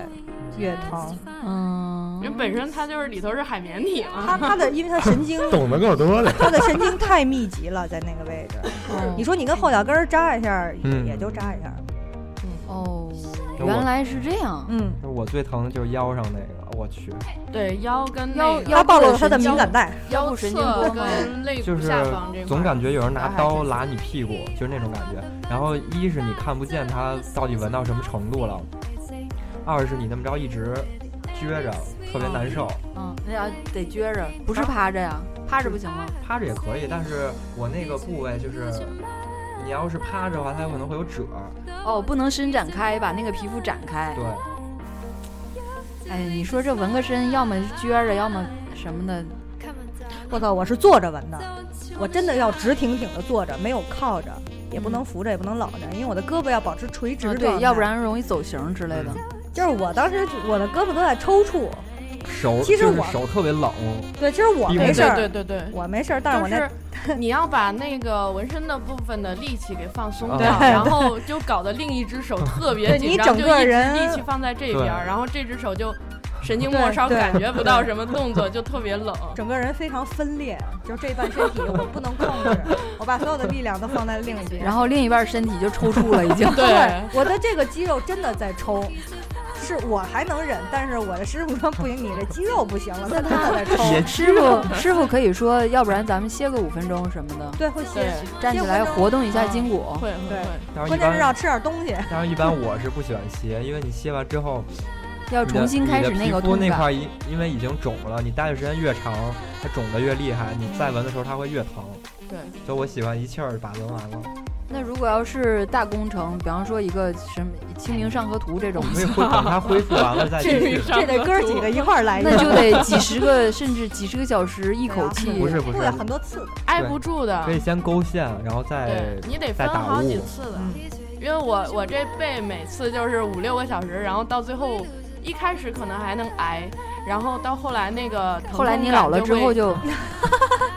[SPEAKER 3] 越疼。
[SPEAKER 1] 嗯，
[SPEAKER 2] 因为本身它就是里头是海绵体嘛，
[SPEAKER 3] 他他的因为他神经
[SPEAKER 5] 懂得够多 的。
[SPEAKER 3] 他的神经太密集了，在那个位置。
[SPEAKER 1] 哦
[SPEAKER 3] 你说你跟后脚跟儿扎一下，也
[SPEAKER 4] 嗯
[SPEAKER 3] 也就扎一下。
[SPEAKER 2] 嗯
[SPEAKER 1] 哦，原来是这样。
[SPEAKER 3] 嗯，
[SPEAKER 4] 我最疼的就是腰上那个，我去，
[SPEAKER 2] 对腰跟
[SPEAKER 1] 腰
[SPEAKER 2] 那个
[SPEAKER 3] 他
[SPEAKER 1] 腰
[SPEAKER 3] 暴露了
[SPEAKER 1] 部
[SPEAKER 3] 他的
[SPEAKER 1] 神
[SPEAKER 3] 敏
[SPEAKER 1] 经
[SPEAKER 3] 感带。
[SPEAKER 1] 腰
[SPEAKER 2] 腰
[SPEAKER 1] 部神
[SPEAKER 2] 侧
[SPEAKER 1] 经波吗
[SPEAKER 2] 跟肋
[SPEAKER 4] 就
[SPEAKER 2] 骨
[SPEAKER 4] 是
[SPEAKER 2] 下方这块儿
[SPEAKER 4] 总感觉有人拿刀拉你屁股，就是那种感觉。然后一是你看不见它到底纹到什么程度了，二是你那么着一直撅着，特别难受。
[SPEAKER 1] 嗯，那要得撅着，不是趴着呀，趴着不行吗？
[SPEAKER 4] 趴着也可以，但是我那个部位就是，你要是趴着的话，它有可能会有褶。
[SPEAKER 1] 哦，不能伸展开，把那个皮肤展开。
[SPEAKER 4] 对，
[SPEAKER 1] 哎，你说这纹个身，要么撅着，要么什么的，
[SPEAKER 3] 我操，我是坐着纹的，我真的要直挺挺的坐着，没有靠着，也不能扶着，也不能搂着，因为我的胳膊要保持垂直
[SPEAKER 1] 嗯啊
[SPEAKER 3] 状态、
[SPEAKER 1] 对，要不然容易走形之类的。
[SPEAKER 3] 就是我当时我的胳膊都在抽搐。
[SPEAKER 4] 手
[SPEAKER 3] 其实
[SPEAKER 4] 就是
[SPEAKER 3] 我
[SPEAKER 4] 手特别冷，
[SPEAKER 3] 对，其实我
[SPEAKER 4] 低
[SPEAKER 3] 没
[SPEAKER 4] 温
[SPEAKER 3] 事儿，
[SPEAKER 2] 对对对对。
[SPEAKER 3] 我没事儿，但是我那
[SPEAKER 2] 就是你要把那个纹身的部分的力气给放松掉，
[SPEAKER 4] 对
[SPEAKER 2] 然后就搞得另一只手特别
[SPEAKER 3] 对
[SPEAKER 2] 紧
[SPEAKER 3] 你
[SPEAKER 2] 张，
[SPEAKER 3] 整
[SPEAKER 2] 就
[SPEAKER 3] 个
[SPEAKER 2] 一直
[SPEAKER 3] 人
[SPEAKER 2] 力气放在这边儿，
[SPEAKER 4] 对
[SPEAKER 2] 然后这只手就神经末梢
[SPEAKER 3] 对对
[SPEAKER 2] 感觉不到什么动作，就特别冷。。
[SPEAKER 3] 整个人非常分裂，就这半身体我不能控制，我把所有的力量都放在另一边。
[SPEAKER 1] 然后另一半身体就抽搐了，已经
[SPEAKER 2] 对，
[SPEAKER 3] 我的这个肌肉真的在抽，是我还能忍，但是我的师傅说不行，你这肌肉不行了，他真的在抽。
[SPEAKER 4] 也
[SPEAKER 1] 师傅，师傅可以说，要不然咱们歇个五分钟什么的，
[SPEAKER 3] 对，会歇
[SPEAKER 2] 对，
[SPEAKER 3] 息，
[SPEAKER 1] 站起来活动一下筋骨。
[SPEAKER 2] 会会
[SPEAKER 3] 对
[SPEAKER 2] 会。
[SPEAKER 4] 但是一
[SPEAKER 3] 关键是
[SPEAKER 4] 般
[SPEAKER 3] 要吃点东西。
[SPEAKER 4] 但是一般我是不喜欢歇，因为你歇完之后，
[SPEAKER 1] 要重新开始
[SPEAKER 4] 你的
[SPEAKER 1] 那个
[SPEAKER 4] 皮肤
[SPEAKER 1] 痛
[SPEAKER 4] 那
[SPEAKER 1] 感。
[SPEAKER 4] 块因因为已经肿了，你待的时间越长，它肿的越厉害，你再纹的时候它会越疼。
[SPEAKER 2] 对，
[SPEAKER 4] 所以我喜欢一气儿把它纹完了，
[SPEAKER 1] 那如果要是大工程，比方说一个什么《清明上河图》这种，
[SPEAKER 4] 因为会等它恢复完了再继
[SPEAKER 2] 这
[SPEAKER 4] 续
[SPEAKER 2] 是。上
[SPEAKER 3] 这得哥几个一块儿来一
[SPEAKER 1] 那
[SPEAKER 3] 个，
[SPEAKER 1] 就得几十个甚至几十个小时一口气。
[SPEAKER 4] 不是不是
[SPEAKER 3] 会，很多次。
[SPEAKER 2] 挨不住的
[SPEAKER 4] 可，以先勾线，然后再
[SPEAKER 2] 对你得分
[SPEAKER 4] 再打
[SPEAKER 2] 好几
[SPEAKER 4] 雾
[SPEAKER 2] 次的，
[SPEAKER 3] 嗯
[SPEAKER 2] 因为我我这背每次就是五六个小时，然后到最后一开始可能还能挨，然后到后来那个疼
[SPEAKER 1] 后来你
[SPEAKER 2] 痛感
[SPEAKER 1] 老了之后
[SPEAKER 2] 会
[SPEAKER 1] 就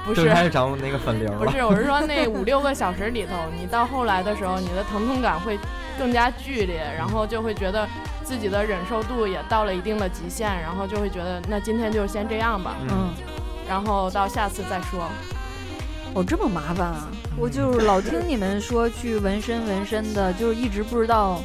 [SPEAKER 2] 不
[SPEAKER 4] 就是开始长那个粉瘤
[SPEAKER 2] 不
[SPEAKER 4] 了。
[SPEAKER 2] 是，我是说那五六个小时里头，你到后来的时候，你的疼痛感会更加剧烈，然后就会觉得自己的忍受度也到了一定的极限，然后就会觉得那今天就先这样吧，
[SPEAKER 4] 嗯
[SPEAKER 1] 嗯，
[SPEAKER 2] 然后到下次再说。
[SPEAKER 1] 哦这么麻烦啊！我就是老听你们说去纹身纹身的，就是一直不知道，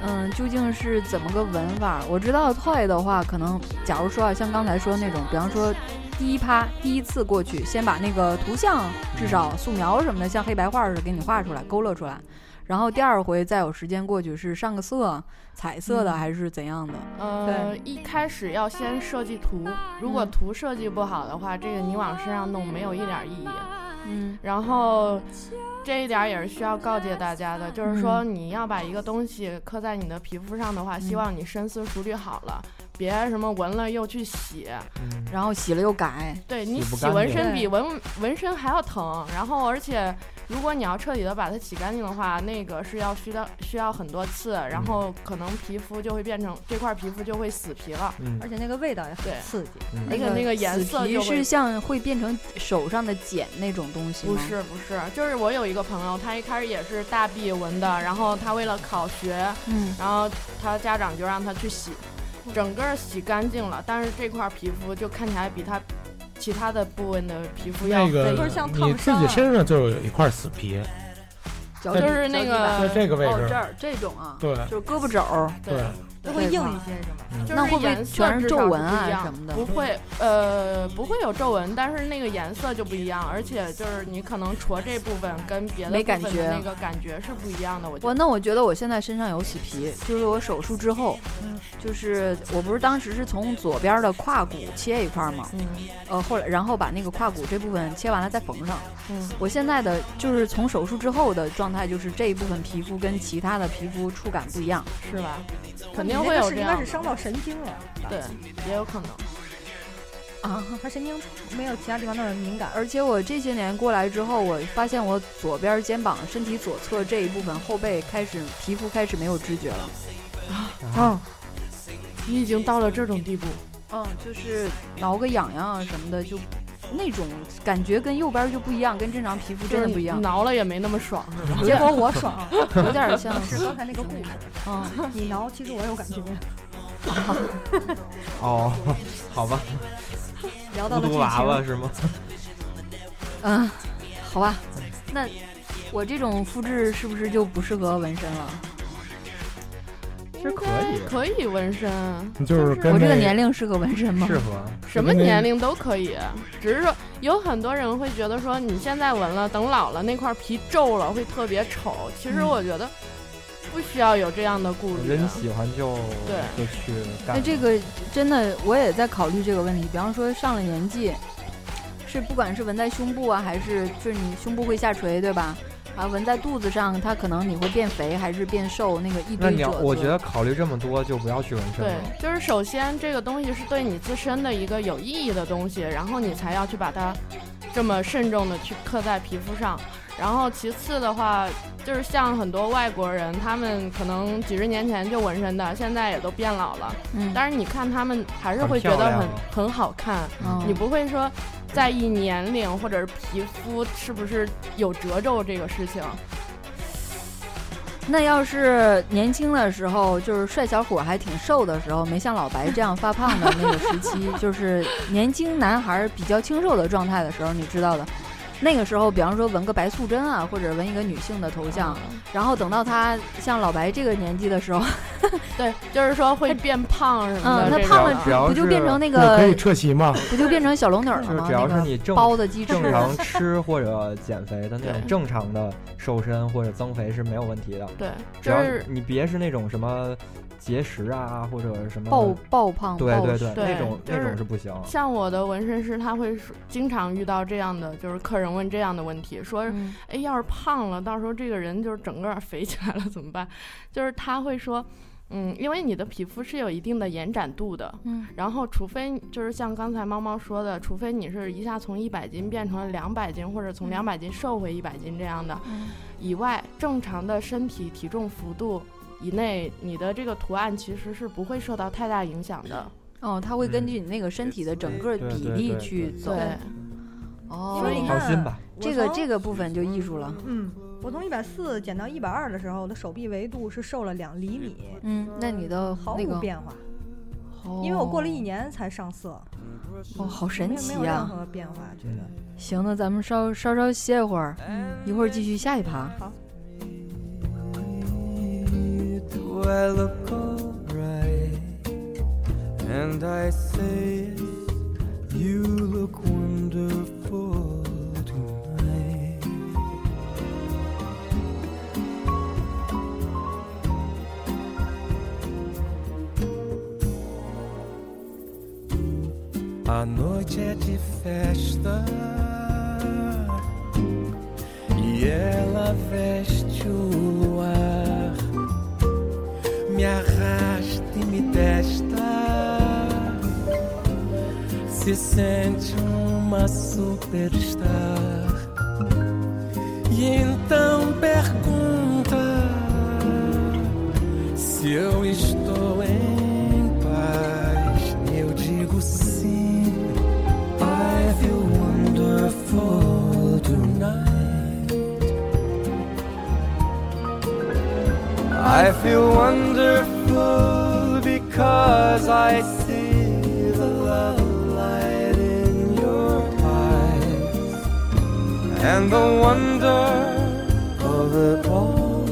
[SPEAKER 1] 嗯，究竟是怎么个纹法。我知道 toy 的话，可能假如说啊，像刚才说那种，比方说第一趴第一次过去，先把那个图像至少素描什么的，像黑白画似的给你画出来，勾勒出来。然后第二回再有时间过去是上个色，彩色的
[SPEAKER 3] 嗯
[SPEAKER 1] 还是怎样的？
[SPEAKER 2] 呃，一开始要先设计图，如果
[SPEAKER 1] 嗯
[SPEAKER 2] 图设计不好的话，这个你往身上弄没有一点意义。
[SPEAKER 1] 嗯
[SPEAKER 2] 然后这一点儿也是需要告诫大家的，就是说
[SPEAKER 4] 嗯
[SPEAKER 2] 你要把一个东西刻在你的皮肤上的话，希望你深思熟虑好了，别什么纹了又去洗。
[SPEAKER 4] 嗯
[SPEAKER 1] 然后洗了又改，
[SPEAKER 2] 对你
[SPEAKER 4] 洗不
[SPEAKER 2] 洗
[SPEAKER 4] 干
[SPEAKER 2] 纹
[SPEAKER 4] 净
[SPEAKER 2] 身比
[SPEAKER 1] 对
[SPEAKER 2] 纹纹身还要疼，然后而且如果你要彻底的把它洗干净的话，那个是要需要需要很多次，然后可能皮肤就会变成这块皮肤就会死皮了。
[SPEAKER 4] 嗯
[SPEAKER 3] 而且那个味道也很
[SPEAKER 2] 对
[SPEAKER 3] 刺激，
[SPEAKER 2] 而
[SPEAKER 4] 嗯，
[SPEAKER 2] 且那个颜
[SPEAKER 1] 死
[SPEAKER 2] 色
[SPEAKER 1] 皮
[SPEAKER 2] 就是会
[SPEAKER 1] 像会变成手上的茧那种东西吗？
[SPEAKER 2] 不是不是，就是我有一个朋友，他一开始也是大臂纹的，然后他为了考学，
[SPEAKER 1] 嗯，
[SPEAKER 2] 然后他家长就让他去洗，整个洗干净了，但是这块皮肤就看起来比他其他的部位的皮肤
[SPEAKER 5] 那
[SPEAKER 2] 要黑的，
[SPEAKER 5] 个
[SPEAKER 3] 就是像烫
[SPEAKER 5] 你自己身上就有一块死皮，
[SPEAKER 1] 脚
[SPEAKER 5] 就
[SPEAKER 1] 底
[SPEAKER 2] 是那
[SPEAKER 1] 脚底板
[SPEAKER 5] 在这个位
[SPEAKER 1] 哦这
[SPEAKER 5] 置，
[SPEAKER 1] 儿这种啊，
[SPEAKER 5] 对
[SPEAKER 1] 就是胳膊肘儿，
[SPEAKER 5] 对，
[SPEAKER 3] 都会硬一些，是吗？
[SPEAKER 5] 嗯
[SPEAKER 2] 就是
[SPEAKER 1] 那会不会
[SPEAKER 2] 颜色
[SPEAKER 1] 全是
[SPEAKER 2] 至
[SPEAKER 1] 皱
[SPEAKER 2] 少
[SPEAKER 1] 纹
[SPEAKER 2] 不一
[SPEAKER 1] 啊
[SPEAKER 2] 样
[SPEAKER 1] 什么的？
[SPEAKER 2] 不会，呃，不会有皱纹，但是那个颜色就不一样，而且就是你可能戳这部分跟别的
[SPEAKER 1] 没
[SPEAKER 2] 部
[SPEAKER 1] 感
[SPEAKER 2] 分
[SPEAKER 1] 觉
[SPEAKER 2] 的那个感觉是不一样的。我觉
[SPEAKER 1] 我
[SPEAKER 2] 得
[SPEAKER 1] 那我觉得我现在身上有死皮，就是我手术之后，
[SPEAKER 2] 嗯
[SPEAKER 1] 就是我不是当时是从左边的胯骨切一块儿嘛，
[SPEAKER 2] 嗯
[SPEAKER 1] 呃，后来然后把那个胯骨这部分切完了再缝上。
[SPEAKER 2] 嗯
[SPEAKER 1] 我现在的就是从手术之后的状态，就是这一部分皮肤跟其他的皮肤触感不一样。
[SPEAKER 2] 是吧？肯
[SPEAKER 3] 你
[SPEAKER 2] 定
[SPEAKER 3] 那
[SPEAKER 2] 会
[SPEAKER 3] 个
[SPEAKER 2] 有
[SPEAKER 3] 是
[SPEAKER 2] 这
[SPEAKER 3] 应该
[SPEAKER 2] 样
[SPEAKER 3] 是
[SPEAKER 2] 的，
[SPEAKER 3] 伤到神经了，
[SPEAKER 2] 对，也有可能。
[SPEAKER 1] 啊，
[SPEAKER 3] 他神经没有其他地方那么敏感。
[SPEAKER 1] 而且我这些年过来之后，我发现我左边肩膀、身体左侧这一部分后背开始皮肤开始没有知觉了。
[SPEAKER 4] 啊
[SPEAKER 3] 哦，
[SPEAKER 2] 你已经到了这种地步，
[SPEAKER 1] 嗯，就是挠个痒痒啊什么的，就那种感觉跟右边就不一样，跟正常皮肤真的不一样。
[SPEAKER 2] 挠了也没那么爽，是 吧？
[SPEAKER 1] 结果我爽，有点像
[SPEAKER 3] 是刚才那个故事，
[SPEAKER 1] 嗯，
[SPEAKER 3] 你挠，其实我有感觉，
[SPEAKER 4] 哦，好吧，
[SPEAKER 3] 聊到
[SPEAKER 4] 孤
[SPEAKER 3] 了剧
[SPEAKER 4] 独娃娃
[SPEAKER 3] 情，
[SPEAKER 4] 是吗？
[SPEAKER 1] 嗯，好吧，那我这种肤质是不是就不适合纹身了？
[SPEAKER 4] 其实可以，
[SPEAKER 2] 可以纹身，
[SPEAKER 5] 就是跟
[SPEAKER 1] 我这个
[SPEAKER 5] 那
[SPEAKER 1] 年龄适合纹身吗？
[SPEAKER 4] 适合。
[SPEAKER 2] 什么年龄都可以，只是说有很多人会觉得说你现在纹了，等老了那块皮皱了会特别丑。其实我觉得不需要有这样的顾虑
[SPEAKER 4] 嗯
[SPEAKER 2] 啊
[SPEAKER 4] 人。喜欢就
[SPEAKER 2] 对
[SPEAKER 4] 就去干。
[SPEAKER 1] 那这个真的，我也在考虑这个问题。比方说上了年纪，是不管是纹在胸部啊，还是就是你胸部会下垂，对吧？啊，纹在肚子上，它可能你会变肥还是变瘦，那个一
[SPEAKER 4] 那
[SPEAKER 1] 堆
[SPEAKER 4] 你
[SPEAKER 1] 褶
[SPEAKER 4] 要，
[SPEAKER 1] 子。
[SPEAKER 4] 我觉得考虑这么多，就不要去纹身
[SPEAKER 2] 对
[SPEAKER 4] 了。，
[SPEAKER 2] 就是首先这个东西是对你自身的一个有意义的东西，然后你才要去把它这么慎重的去刻在皮肤上。然后其次的话，就是像很多外国人，他们可能几十年前就纹身的，现在也都变老了，
[SPEAKER 1] 嗯，
[SPEAKER 2] 但是你看他们还是
[SPEAKER 4] 很
[SPEAKER 2] 会觉
[SPEAKER 4] 漂
[SPEAKER 2] 得
[SPEAKER 4] 亮
[SPEAKER 2] 很
[SPEAKER 4] 啊
[SPEAKER 2] 很好看。
[SPEAKER 1] 嗯
[SPEAKER 2] 你不会说在意年龄或者是皮肤是不是有褶皱这个事情，
[SPEAKER 1] 那要是年轻的时候，就是帅小伙还挺瘦的时候，没像老白这样发胖的那个时期， 就是年轻男孩比较清瘦的状态的时候，你知道的。那个时候，比方说纹个白素贞啊，或者纹一个女性的头像，然后等到他像老白这个年纪的时候，
[SPEAKER 2] 对，就是说会变胖什么 的。
[SPEAKER 1] 嗯，他
[SPEAKER 2] 这
[SPEAKER 1] 胖
[SPEAKER 2] 种
[SPEAKER 1] 了
[SPEAKER 4] 只
[SPEAKER 1] 之
[SPEAKER 4] 要
[SPEAKER 1] 后不就变
[SPEAKER 4] 是
[SPEAKER 1] 成那
[SPEAKER 5] 我可以
[SPEAKER 1] 个，
[SPEAKER 5] 撤席吗？
[SPEAKER 1] 不就变成小龙女了
[SPEAKER 4] 就是
[SPEAKER 1] 吗？
[SPEAKER 4] 只
[SPEAKER 1] 那
[SPEAKER 4] 要是
[SPEAKER 1] 个
[SPEAKER 4] 你正
[SPEAKER 1] 包的鸡翅
[SPEAKER 4] 正，常吃或者减肥的那种
[SPEAKER 2] 对
[SPEAKER 4] 正常的瘦身或者增肥是没有问题的，
[SPEAKER 2] 对，就
[SPEAKER 4] 只要
[SPEAKER 2] 是
[SPEAKER 4] 你别是那种什么节食啊或者什么
[SPEAKER 1] 爆爆胖，
[SPEAKER 4] 对
[SPEAKER 1] 暴
[SPEAKER 4] 对
[SPEAKER 1] 瘦
[SPEAKER 4] 对，
[SPEAKER 2] 对
[SPEAKER 4] 那种
[SPEAKER 2] 就是
[SPEAKER 4] 那种是不行。
[SPEAKER 2] 像我的纹身师，他会说经常遇到这样的，就是客人问这样的问题，说
[SPEAKER 1] 嗯
[SPEAKER 2] 哎，要是胖了，到时候这个人就是整个儿肥起来了怎么办？就是他会说，嗯，因为你的皮肤是有一定的延展度的，
[SPEAKER 1] 嗯，
[SPEAKER 2] 然后除非就是像刚才猫猫说的，除非你是一下从一百斤变成了两百斤，或者从
[SPEAKER 1] 嗯
[SPEAKER 2] 两百斤瘦回一百斤这样的，
[SPEAKER 1] 嗯
[SPEAKER 2] 以外，正常的身体体重幅度以内，你的这个图案其实是不会受到太大影响的。
[SPEAKER 1] 哦，他会根据你那个身体的整个
[SPEAKER 4] 对
[SPEAKER 1] 比
[SPEAKER 4] 对
[SPEAKER 1] 例
[SPEAKER 4] 对
[SPEAKER 1] 去
[SPEAKER 4] 对
[SPEAKER 1] 走，哦，
[SPEAKER 3] 因为你
[SPEAKER 4] 放
[SPEAKER 2] 啊
[SPEAKER 3] 看
[SPEAKER 4] 心吧，
[SPEAKER 1] 这个这个部分就艺术了。
[SPEAKER 3] 嗯，我从一百四减到一百二的时候，我的手臂维度是瘦了两厘米，
[SPEAKER 1] 嗯，那你的
[SPEAKER 3] 毫
[SPEAKER 1] 那
[SPEAKER 3] 无
[SPEAKER 1] 个，
[SPEAKER 3] 变化，
[SPEAKER 1] 哦
[SPEAKER 3] 因为我过了一，年才上色，
[SPEAKER 1] 哦，好神
[SPEAKER 3] 没有
[SPEAKER 1] 奇
[SPEAKER 3] 没有任
[SPEAKER 1] 呀、
[SPEAKER 3] 何变化，觉得。
[SPEAKER 1] 行，那咱们稍稍稍歇一会儿，一会儿继续下一趴。
[SPEAKER 6] Do I look alright? And I say, You look wonderful tonight. A noite é de festa. E ela veste o luar me arrasta e me testa. Se sente uma superstar. E então pergunta se eu estou em paz. Eu digo sim. I feel wonderful tonight. I feel wonderful because I see the love light in your And the wonder of it all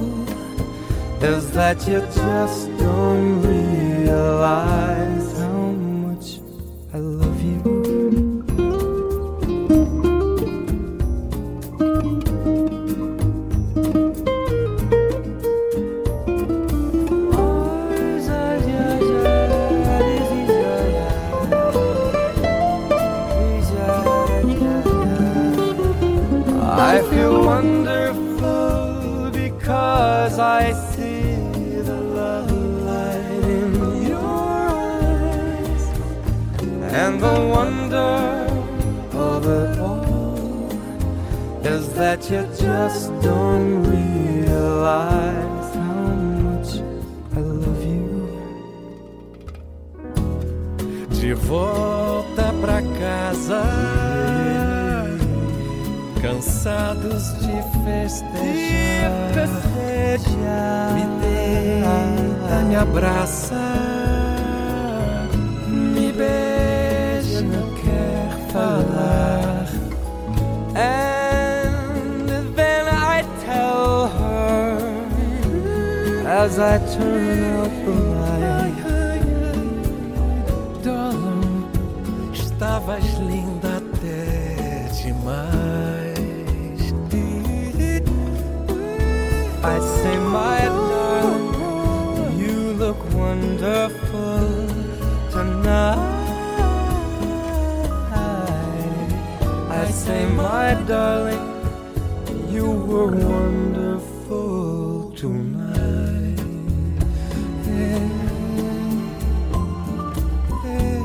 [SPEAKER 6] is that you just don't realize how much I love you. I feel wonderful because I see the love light in your eyes and the wonder of it all is that you just don't realize how much I love you. De volta pra casa. Cansados de festejar, me deita, me abraça, me beija, não quer falar. And then I tell her as I turn out the light, darling, Estavas linda até demais. I say, my darling, you look wonderful tonight. I say, my darling, you were wonderful tonight. Yeah. Yeah.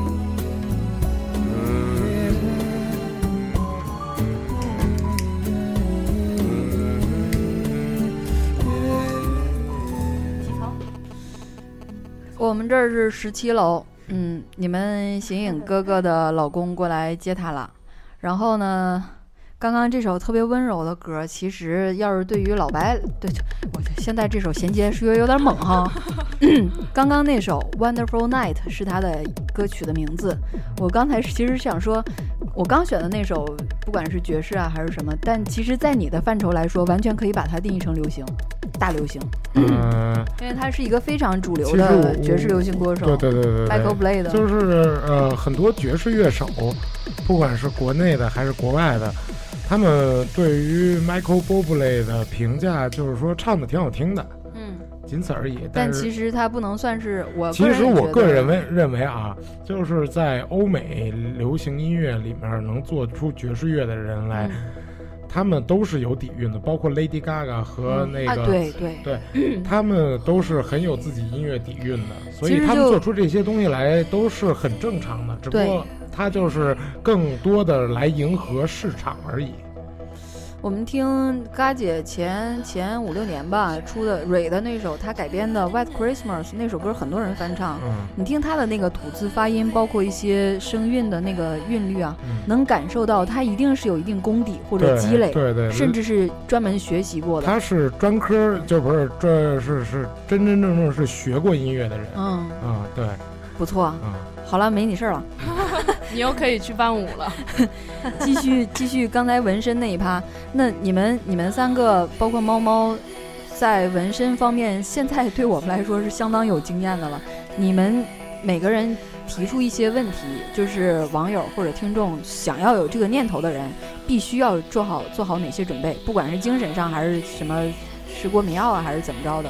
[SPEAKER 1] 我们这儿是十七楼，嗯，你们醒影哥哥的老公过来接他了。然后呢，刚刚这首特别温柔的歌，其实要是对于老白，对，我现在这首衔接是不是有点猛哈？ 刚刚那首《Wonderful Night》是他的歌曲的名字。我刚才其实想说，我刚选的那首，不管是爵士啊还是什么，但其实，在你的范畴来说，完全可以把它定义成流行，大流行，
[SPEAKER 5] 嗯，
[SPEAKER 1] 因为他是一个非常主流
[SPEAKER 5] 其实我
[SPEAKER 1] 的爵士流行歌手。
[SPEAKER 5] 对对对对对
[SPEAKER 1] Michael Blade
[SPEAKER 5] 就是呃，很多爵士乐手，不管是国内的还是国外的，他们对于 Michael Bublé 的评价就是说唱的挺好听的，
[SPEAKER 1] 嗯，
[SPEAKER 5] 仅此而已。
[SPEAKER 1] 但
[SPEAKER 5] 是
[SPEAKER 1] 其实它不能算是我
[SPEAKER 5] 其实我个
[SPEAKER 1] 个人
[SPEAKER 5] 人
[SPEAKER 1] 觉得
[SPEAKER 5] 为认为啊，就是在欧美流行音乐里面能做出爵士乐的人
[SPEAKER 1] 嗯
[SPEAKER 5] 来，他们都是有底蕴的，包括 Lady Gaga 和那
[SPEAKER 1] 啊，
[SPEAKER 5] 个、
[SPEAKER 1] 对对，
[SPEAKER 5] 他们都是很有自己音乐底蕴的，所
[SPEAKER 1] 其
[SPEAKER 5] 以
[SPEAKER 1] 实
[SPEAKER 5] 他们
[SPEAKER 1] 就
[SPEAKER 5] 做出这些东西来都是很正常的，只不
[SPEAKER 1] 对
[SPEAKER 5] 过他就是更多的来迎合市场而已。
[SPEAKER 1] 我们听嘎姐前前五六年吧出的蕊的那首她改编的《White Christmas》那首歌，很多人翻唱。
[SPEAKER 5] 嗯
[SPEAKER 1] 你听她的那个吐字发音，包括一些声韵的那个韵律啊，
[SPEAKER 5] 嗯，
[SPEAKER 1] 能感受到她一定是有一定功底或者
[SPEAKER 5] 对
[SPEAKER 1] 积累，
[SPEAKER 5] 对对，
[SPEAKER 1] 甚至是专门学习过的。
[SPEAKER 5] 他是专科，就不是这是是真真正正是学过音乐的人。
[SPEAKER 1] 嗯，
[SPEAKER 5] 啊、对，啊、
[SPEAKER 1] 不错啊。好了，没你事儿了。
[SPEAKER 2] 你又可以去伴舞了。
[SPEAKER 1] 继续继续刚才纹身那一趴，那你们你们三个包括猫猫，在纹身方面，现在对我们来说是相当有经验的了。你们每个人提出一些问题，就是网友或者听众想要有这个念头的人，必须要做好做好哪些准备，不管是精神上还是什么吃过敏药啊，还是怎么着的，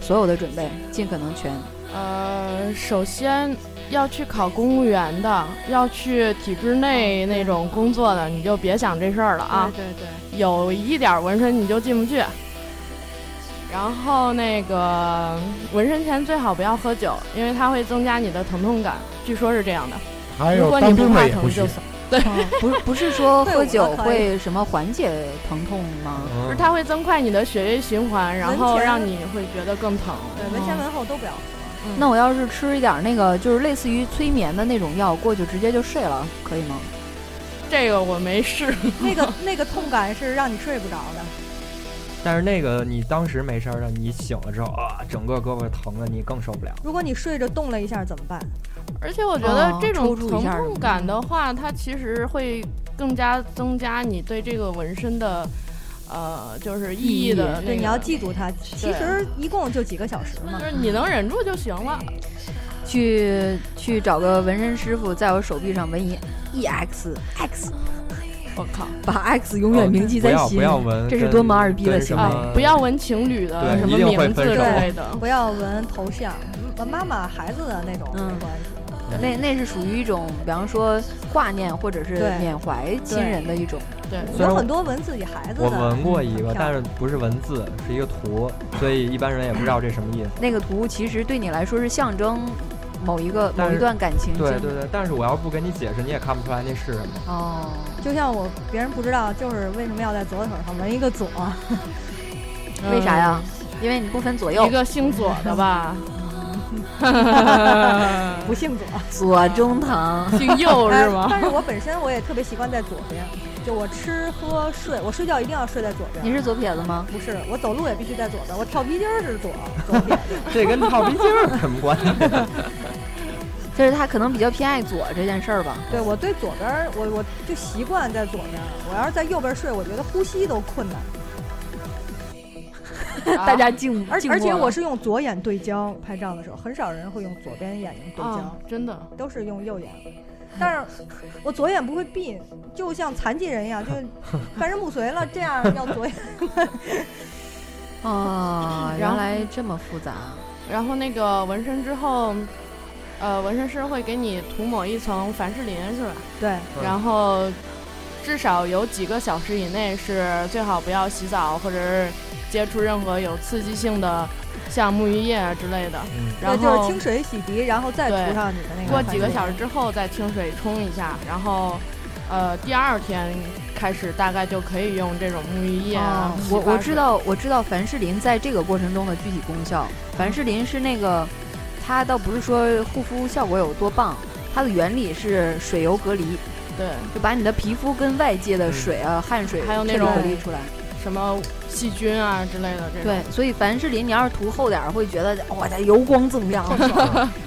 [SPEAKER 1] 所有的准备尽可能全。
[SPEAKER 2] 呃，首先要去考公务员的，要去体制内那种工作的，你就别想这事儿了啊。
[SPEAKER 1] 对对，
[SPEAKER 2] 有一点儿纹身你就进不去。然后那个纹身前最好不要喝酒，因为它会增加你的疼痛感，据说是这样的。
[SPEAKER 5] 还
[SPEAKER 2] 如
[SPEAKER 5] 有
[SPEAKER 2] 果你
[SPEAKER 5] 当兵
[SPEAKER 2] 怕
[SPEAKER 5] 的也
[SPEAKER 2] 疼
[SPEAKER 5] 不许
[SPEAKER 2] 就。算，
[SPEAKER 1] 不是不是说
[SPEAKER 3] 哦对我
[SPEAKER 1] 喝酒
[SPEAKER 3] 可以
[SPEAKER 1] 会什么缓解疼痛吗？
[SPEAKER 2] 不是
[SPEAKER 4] 嗯
[SPEAKER 2] 它会增快你的血液循环，然后
[SPEAKER 3] 文前
[SPEAKER 2] 让你会觉得更疼。嗯
[SPEAKER 3] 对，文前文后都不要。
[SPEAKER 1] 那我要是吃一点儿那个，就是类似于催眠的那种药，过去直接就睡了，可以吗？
[SPEAKER 2] 这个我没试，
[SPEAKER 3] 那个那个痛感是让你睡不着的，
[SPEAKER 4] 但是那个你当时没事儿的，你醒了之后啊，整个胳膊疼的，你更受不了。
[SPEAKER 3] 如果你睡着动了一下怎么办？
[SPEAKER 2] 而且我觉得
[SPEAKER 1] 哦
[SPEAKER 2] 这
[SPEAKER 1] 抽
[SPEAKER 2] 种
[SPEAKER 1] 搐一
[SPEAKER 2] 疼
[SPEAKER 1] 下
[SPEAKER 2] 痛感的话，它其实会更加增加你对这个纹身的，呃，就是意义的那个。
[SPEAKER 3] 对，你要记住它。其实一共就几个小时嘛
[SPEAKER 2] 就。是你能忍住就行了。
[SPEAKER 1] 去去找个纹身师傅，在我手臂上纹一 E X X，
[SPEAKER 2] 我靠
[SPEAKER 1] 把 X 永远铭记在心。
[SPEAKER 4] 哦不要不要纹，
[SPEAKER 1] 这是多么二逼的行为！
[SPEAKER 2] 啊！不要纹情侣的
[SPEAKER 4] 对
[SPEAKER 2] 什么
[SPEAKER 4] 一定会
[SPEAKER 2] 名字
[SPEAKER 4] 分
[SPEAKER 2] 之
[SPEAKER 4] 手
[SPEAKER 2] 类的。
[SPEAKER 3] 不要纹头像，纹妈妈、孩子的那种
[SPEAKER 1] 嗯
[SPEAKER 3] 没关系。
[SPEAKER 1] 那那是属于一种，比方说挂念或者是
[SPEAKER 3] 对
[SPEAKER 1] 缅怀亲人的一种。
[SPEAKER 2] 对，
[SPEAKER 4] 虽然
[SPEAKER 3] 有
[SPEAKER 4] 我
[SPEAKER 3] 很多纹自己孩子的。
[SPEAKER 4] 我纹过一
[SPEAKER 3] 很
[SPEAKER 4] 个，
[SPEAKER 3] 漂
[SPEAKER 4] 但
[SPEAKER 3] 亮
[SPEAKER 4] 是不是文字，是一个图，所以一般人也不知道这什么意思。
[SPEAKER 1] 那个图其实对你来说是象征某一个
[SPEAKER 4] 但
[SPEAKER 1] 某
[SPEAKER 4] 是
[SPEAKER 1] 一段感情经历。
[SPEAKER 4] 对对对，但是我要不跟你解释，你也看不出来那是什么。
[SPEAKER 1] 哦，
[SPEAKER 3] 就像我别人不知道，就是为什么要在左腿上纹一个左，
[SPEAKER 1] 为啥呀？因为你不分左
[SPEAKER 2] 嗯？
[SPEAKER 1] 右
[SPEAKER 2] 一，个姓左的 吧，
[SPEAKER 3] 不姓左。
[SPEAKER 1] 左中堂。
[SPEAKER 2] 姓右是
[SPEAKER 3] 但
[SPEAKER 2] 吗？
[SPEAKER 3] 但是我本身我也特别习惯在左边，就我吃喝睡，我睡觉一定要睡在左边。
[SPEAKER 1] 你是左撇子吗？
[SPEAKER 3] 不是，我走路也必须在左边，我跳皮筋儿是左左边。
[SPEAKER 4] 这跟套皮筋儿有什 么关系？
[SPEAKER 1] 就是他可能比较偏爱左这件事儿吧。
[SPEAKER 3] 对我对左边儿，我我就习惯在左边儿。我要是在右边儿睡，我觉得呼吸都困难。
[SPEAKER 1] 大家静，
[SPEAKER 2] 啊
[SPEAKER 3] 而
[SPEAKER 1] 静
[SPEAKER 3] 而
[SPEAKER 1] 默
[SPEAKER 3] 且
[SPEAKER 1] 了
[SPEAKER 3] 我是用左眼对焦拍照的时候，很少人会用左边眼睛对焦，
[SPEAKER 2] 啊，真的，
[SPEAKER 3] 都是用右眼。但是我左眼不会闭，就像残疾人一样，就是 半身不遂了，这样要左眼。
[SPEAKER 1] 啊，
[SPEAKER 2] 然
[SPEAKER 1] 原
[SPEAKER 2] 后
[SPEAKER 1] 来这么复杂。
[SPEAKER 2] 然后那个纹身之后，呃，纹身师会给你涂抹一层凡士林，是吧？
[SPEAKER 3] 对，
[SPEAKER 4] 嗯
[SPEAKER 2] 然后至少有几个小时以内是最好不要洗澡或者是接触任何有刺激性的，像沐浴液啊之类的。
[SPEAKER 4] 嗯，
[SPEAKER 2] 然
[SPEAKER 3] 对，就是
[SPEAKER 2] 后
[SPEAKER 3] 清水洗涤，然后再涂
[SPEAKER 2] 对
[SPEAKER 3] 上你的那个。
[SPEAKER 2] 过几个小时，之后再清水冲一下，然后呃第二天开始大概就可以用这种沐浴液啊
[SPEAKER 1] 哦。
[SPEAKER 2] 洗
[SPEAKER 1] 我
[SPEAKER 2] 发
[SPEAKER 1] 我
[SPEAKER 2] 水
[SPEAKER 1] 知道，我知道凡士林在这个过程中的具体功效。凡士林是那个，它倒不是说护肤效果有多棒，它的原理是水油隔离，
[SPEAKER 2] 对
[SPEAKER 1] 就把你的皮肤跟外界的水啊、汗水
[SPEAKER 2] 嗯还有那
[SPEAKER 1] 彻底
[SPEAKER 2] 种
[SPEAKER 1] 隔离出来。
[SPEAKER 2] 什么细菌啊之类的这种
[SPEAKER 1] 对。，所以凡士林你要是涂厚点儿，会觉得哇，它油光锃 亮，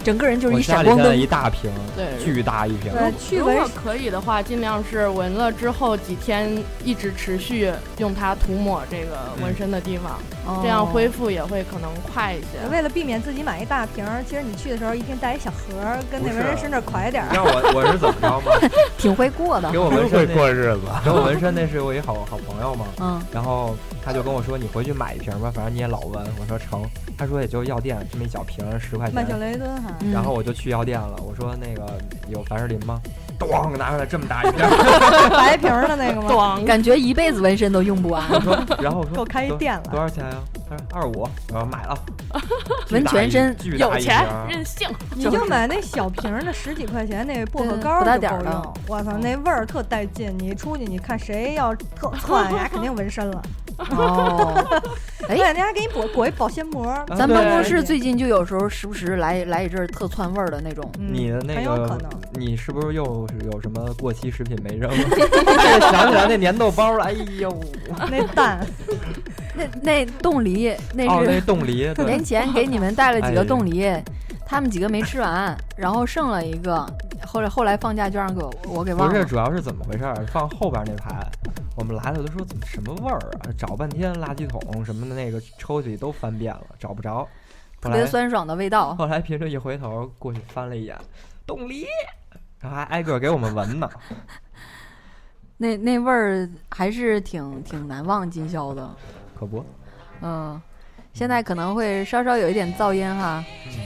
[SPEAKER 1] 整个人就是
[SPEAKER 4] 我
[SPEAKER 1] 一
[SPEAKER 4] 家
[SPEAKER 1] 闪
[SPEAKER 4] 里
[SPEAKER 1] 光
[SPEAKER 4] 现在
[SPEAKER 1] 灯。
[SPEAKER 4] 一大瓶，
[SPEAKER 2] 对
[SPEAKER 4] 巨大一瓶，
[SPEAKER 3] 对去
[SPEAKER 2] 如果
[SPEAKER 3] 纹
[SPEAKER 2] 可以的话，尽量是纹了之后几天一直持续用它涂抹这个纹身的地方，这样恢
[SPEAKER 1] 复。
[SPEAKER 2] 复也会可能快一些。
[SPEAKER 3] 为了避免自己买一大瓶儿，其实你去的时候一定带一小盒儿，跟那
[SPEAKER 4] 不
[SPEAKER 3] 纹身
[SPEAKER 4] 是
[SPEAKER 3] 师那儿快点
[SPEAKER 4] 你
[SPEAKER 3] 儿
[SPEAKER 4] 知。道我我是怎么着吗？
[SPEAKER 1] 挺会过的
[SPEAKER 4] 给。我
[SPEAKER 5] 真
[SPEAKER 4] 纹
[SPEAKER 5] 会
[SPEAKER 4] 身那，
[SPEAKER 5] 过日子。
[SPEAKER 4] 给我纹身那是我一好好朋友嘛。
[SPEAKER 1] 嗯，
[SPEAKER 4] 然后他就跟我说：“你回去买一瓶吧，反正你也老纹。”我说：“成。”他说：“也就药店这么一小瓶，十块
[SPEAKER 3] 曼秀
[SPEAKER 4] 钱。
[SPEAKER 3] 雷敦 哈，
[SPEAKER 1] 嗯”
[SPEAKER 4] 然后我就去药店了，我说：“那个有凡士林吗？”咣，拿出来这么大 一瓶，
[SPEAKER 3] 白瓶儿的那个吗？
[SPEAKER 2] 咣，
[SPEAKER 1] 嗯感觉一辈子纹身都用不完。
[SPEAKER 4] 我说，然后我说
[SPEAKER 3] 够开一
[SPEAKER 4] 多
[SPEAKER 3] 店了
[SPEAKER 4] 多少钱呀、他说二五，我说买了，
[SPEAKER 1] 纹
[SPEAKER 4] 巨大
[SPEAKER 1] 全
[SPEAKER 4] 一
[SPEAKER 1] 身
[SPEAKER 4] 巨大
[SPEAKER 2] 有
[SPEAKER 4] 一
[SPEAKER 2] 钱
[SPEAKER 4] 瓶嗯
[SPEAKER 2] 任性。
[SPEAKER 3] 你就买那小瓶儿的十几块钱那薄荷
[SPEAKER 1] 对
[SPEAKER 3] 膏儿
[SPEAKER 1] 嗯不大
[SPEAKER 3] 就
[SPEAKER 1] 点
[SPEAKER 3] 够
[SPEAKER 1] 儿的
[SPEAKER 3] 用。我操，那味儿特带劲！你一出去，你看谁要 特窜，人家肯定纹身了。
[SPEAKER 1] 哦，哎
[SPEAKER 3] 对，人家给你裹裹一保鲜膜儿。
[SPEAKER 4] 啊
[SPEAKER 1] 嗯咱
[SPEAKER 4] 对
[SPEAKER 1] 办公室最近就有时候时不时来来一阵儿特窜味儿的那种。
[SPEAKER 3] 嗯
[SPEAKER 4] 你的那
[SPEAKER 3] 很有可
[SPEAKER 4] 个
[SPEAKER 3] 能，
[SPEAKER 4] 你是不是又是有什么过期食品没扔？哎想起来那粘豆包了，哎呦，
[SPEAKER 3] 那 蛋
[SPEAKER 1] 那那冻梨那
[SPEAKER 4] 哦，那
[SPEAKER 1] 是
[SPEAKER 4] 冻梨，对
[SPEAKER 1] 年，前给你们带了几个
[SPEAKER 4] 哎
[SPEAKER 1] 冻梨，他们几个没吃完，然后剩了一个，后来后来放假就让给我我给
[SPEAKER 4] 不
[SPEAKER 1] 忘
[SPEAKER 4] 是，
[SPEAKER 1] 了。
[SPEAKER 4] 主要是怎么回事儿？啊放后边那排，我们来了都说怎么什么味儿啊？找半天垃圾桶什么的那个抽屉都翻遍了，找不着。
[SPEAKER 1] 特
[SPEAKER 4] 后
[SPEAKER 1] 别
[SPEAKER 4] 来
[SPEAKER 1] 酸爽的味道，
[SPEAKER 4] 后来平时一回头过去翻了一眼，冻梨，然后还挨个给我们闻呢。
[SPEAKER 1] 那那味儿还是挺挺难忘今宵的。
[SPEAKER 4] 可不，
[SPEAKER 1] 嗯，现在可能会稍稍有一点噪音哈。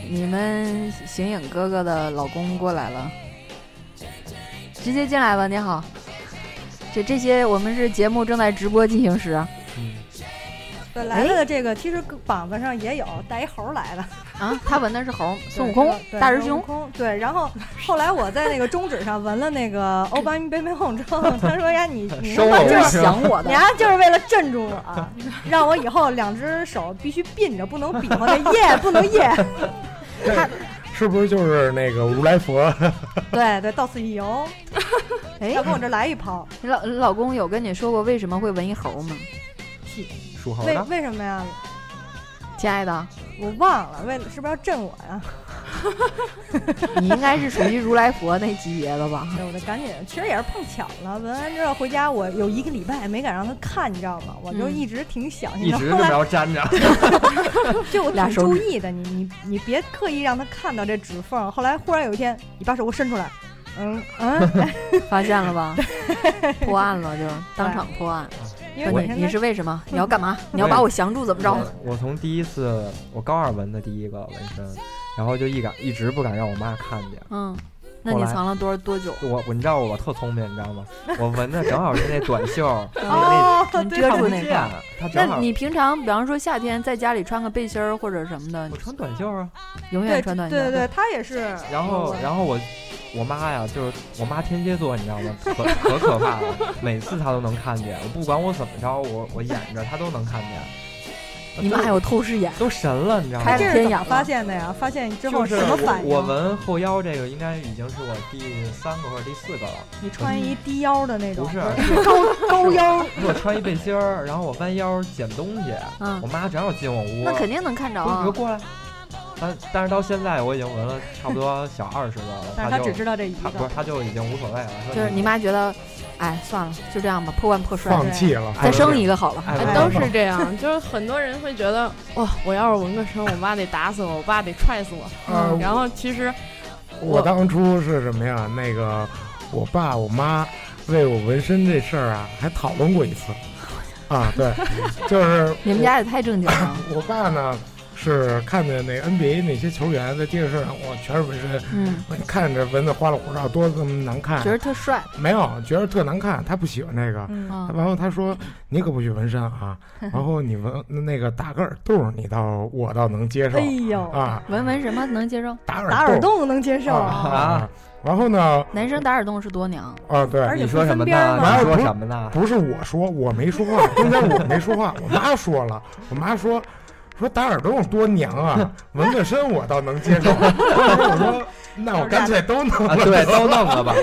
[SPEAKER 1] 你们醒影哥哥的老公过来了，直接进来吧。你好，这这些我们是节目正在直播进行时啊。
[SPEAKER 4] 嗯，
[SPEAKER 3] 对来
[SPEAKER 1] 哎
[SPEAKER 3] 了的这个，其实膀子上也有带一猴儿来的，
[SPEAKER 1] 他纹的是猴，孙悟
[SPEAKER 3] 对
[SPEAKER 1] 空，
[SPEAKER 3] 对
[SPEAKER 1] 大师
[SPEAKER 3] 孙悟
[SPEAKER 1] 兄。
[SPEAKER 3] 空。对，然后后来我在那个中指上纹了那个欧巴咪贝贝哄之 后，他说呀， 你你
[SPEAKER 4] 收了
[SPEAKER 1] 就
[SPEAKER 4] 我
[SPEAKER 1] 是想我
[SPEAKER 3] 你
[SPEAKER 1] 的，
[SPEAKER 3] 丫就是为了镇住我，啊让我以后两只手必须并着，不能比划那耶，不能耶。
[SPEAKER 5] 是不是就是那个如来佛？
[SPEAKER 3] 对对，到此一游，
[SPEAKER 1] 哎
[SPEAKER 3] 要，跟我这儿来一炮，
[SPEAKER 1] 你老你老公有跟你说过为什么会纹一猴吗？
[SPEAKER 4] 属猴
[SPEAKER 3] 为
[SPEAKER 4] 嗯的，
[SPEAKER 3] 为什么呀？
[SPEAKER 1] 亲爱的，
[SPEAKER 3] 我忘了，为了是不是要震我呀？
[SPEAKER 7] 你应该是属于如来佛那级别的吧？
[SPEAKER 3] 哎我的赶紧，其实也是碰巧了。文安知道回家，我有一个礼拜没敢让他看，你知道吗？我就
[SPEAKER 2] 嗯
[SPEAKER 3] 一直挺想
[SPEAKER 4] 一
[SPEAKER 3] 念的。
[SPEAKER 4] 直这
[SPEAKER 3] 后
[SPEAKER 4] 么
[SPEAKER 3] 来
[SPEAKER 4] 着粘着，
[SPEAKER 3] 就我
[SPEAKER 1] 俩
[SPEAKER 3] 挺
[SPEAKER 1] 手
[SPEAKER 3] 注意的，你你你别刻意让他看到这指缝。后来忽然有一天，你把手给我伸出来，嗯嗯，
[SPEAKER 7] 发现了 吧？破案了就当场破案。
[SPEAKER 3] 因为
[SPEAKER 4] 我
[SPEAKER 3] 本
[SPEAKER 7] 你
[SPEAKER 3] 身
[SPEAKER 7] 你
[SPEAKER 3] 他
[SPEAKER 7] 是为什么？你要
[SPEAKER 3] 嗯
[SPEAKER 7] 干嘛？你
[SPEAKER 4] 也
[SPEAKER 7] 要把我降住怎么着？
[SPEAKER 4] 我从第一次我高二纹的第一个纹身，然后就一敢一直不敢让我妈看见。
[SPEAKER 7] 嗯，
[SPEAKER 1] 那你藏了多多久？
[SPEAKER 4] 我我你知道我特聪明，你知道吗？我纹的正好是那短袖，那
[SPEAKER 3] 哦，
[SPEAKER 7] 你
[SPEAKER 3] 对
[SPEAKER 7] 遮
[SPEAKER 4] 那看
[SPEAKER 7] 住
[SPEAKER 4] 不
[SPEAKER 7] 那
[SPEAKER 4] 见
[SPEAKER 7] 块儿。，
[SPEAKER 4] 它正
[SPEAKER 1] 那
[SPEAKER 4] 好。
[SPEAKER 1] 你平常，比方说夏天在家里穿个背心儿或者什么的
[SPEAKER 4] 我，穿短袖啊，嗯
[SPEAKER 1] 永
[SPEAKER 3] 对
[SPEAKER 1] 远穿短袖。
[SPEAKER 3] 对对对，他也是。 嗯
[SPEAKER 4] 然后然后我我妈呀，就是我妈天蝎座，你知道吗？可可可怕 了，每次她都能看见，我不管我怎么着，我我掩着她都能看见。
[SPEAKER 1] 你们还有透视 眼，
[SPEAKER 4] 都神了，你知道吗
[SPEAKER 1] 开
[SPEAKER 3] 这？
[SPEAKER 1] 了
[SPEAKER 3] 是
[SPEAKER 1] 天
[SPEAKER 3] 怎
[SPEAKER 1] 眼
[SPEAKER 3] 么发
[SPEAKER 1] 了
[SPEAKER 3] 现的呀？发现之后
[SPEAKER 4] 就是
[SPEAKER 3] 什么反应？啊
[SPEAKER 4] 我我纹后腰这个应该已经是我第三个或者第四个了，
[SPEAKER 3] 你穿一低腰的那种，
[SPEAKER 4] 不是，
[SPEAKER 3] 高高腰，
[SPEAKER 4] 我穿一背心儿，然后我弯腰捡东西，
[SPEAKER 7] 嗯
[SPEAKER 4] 我妈正好进我屋，
[SPEAKER 7] 那肯定能看着
[SPEAKER 4] 说你
[SPEAKER 7] 啊
[SPEAKER 4] 给我。过来。但但是到现在我已经纹了差不多小二十个了，
[SPEAKER 3] 但是
[SPEAKER 4] 她
[SPEAKER 3] 他
[SPEAKER 4] 就
[SPEAKER 3] 只知道这一
[SPEAKER 4] 她不是
[SPEAKER 3] 个。
[SPEAKER 4] 她就已经无所谓了，说
[SPEAKER 7] 就是你妈觉得，哎，算了，就这样吧，破罐破摔，
[SPEAKER 5] 放弃了，
[SPEAKER 7] 再生一个好了。
[SPEAKER 4] 爱
[SPEAKER 2] 哎
[SPEAKER 4] 纹
[SPEAKER 2] 都
[SPEAKER 4] 不
[SPEAKER 2] 是这样，就是很多人会觉得，哇，我要是纹个身，我妈得打死我，我爸得踹死我。
[SPEAKER 5] 呃，
[SPEAKER 2] 然后其实
[SPEAKER 5] 我当初是什么呀？那个我爸我妈为我纹身这事儿啊，还讨论过一次。啊，对，就是
[SPEAKER 7] 你们家也太正经 了，
[SPEAKER 5] 我爸呢是看见那 NBA 那些球员在电视上，我全是纹身，
[SPEAKER 7] 嗯，
[SPEAKER 5] 看着纹的花里胡哨，多这么难看
[SPEAKER 7] 觉，得特帅，
[SPEAKER 5] 没有觉得特难看，他不喜欢那个。
[SPEAKER 3] 嗯，
[SPEAKER 7] 嗯，
[SPEAKER 5] 然后哎他说：“你可不许纹身啊！ 然后你纹那个打个耳洞，你倒我倒能接受
[SPEAKER 3] 哎呦，
[SPEAKER 5] 啊，
[SPEAKER 7] 文文什么能接受？
[SPEAKER 5] 打
[SPEAKER 3] 打
[SPEAKER 5] 耳
[SPEAKER 3] 耳
[SPEAKER 5] 洞
[SPEAKER 3] 洞能接受，
[SPEAKER 5] 啊
[SPEAKER 4] 啊！
[SPEAKER 5] 然后呢，
[SPEAKER 7] 男生打耳洞是多娘，
[SPEAKER 5] 啊，对，
[SPEAKER 3] 而且
[SPEAKER 4] 你说什么
[SPEAKER 3] 不分边
[SPEAKER 4] 呢？
[SPEAKER 3] 儿
[SPEAKER 5] 吗
[SPEAKER 4] 你说什么呢？啊
[SPEAKER 5] 不是我说，我没说话，中间我没说话，我妈说了，我妈说说打耳洞多娘啊，纹个身我倒能接受。当时我说，那我干脆都弄
[SPEAKER 4] 啊，
[SPEAKER 5] 了，
[SPEAKER 4] 对，都弄了吧。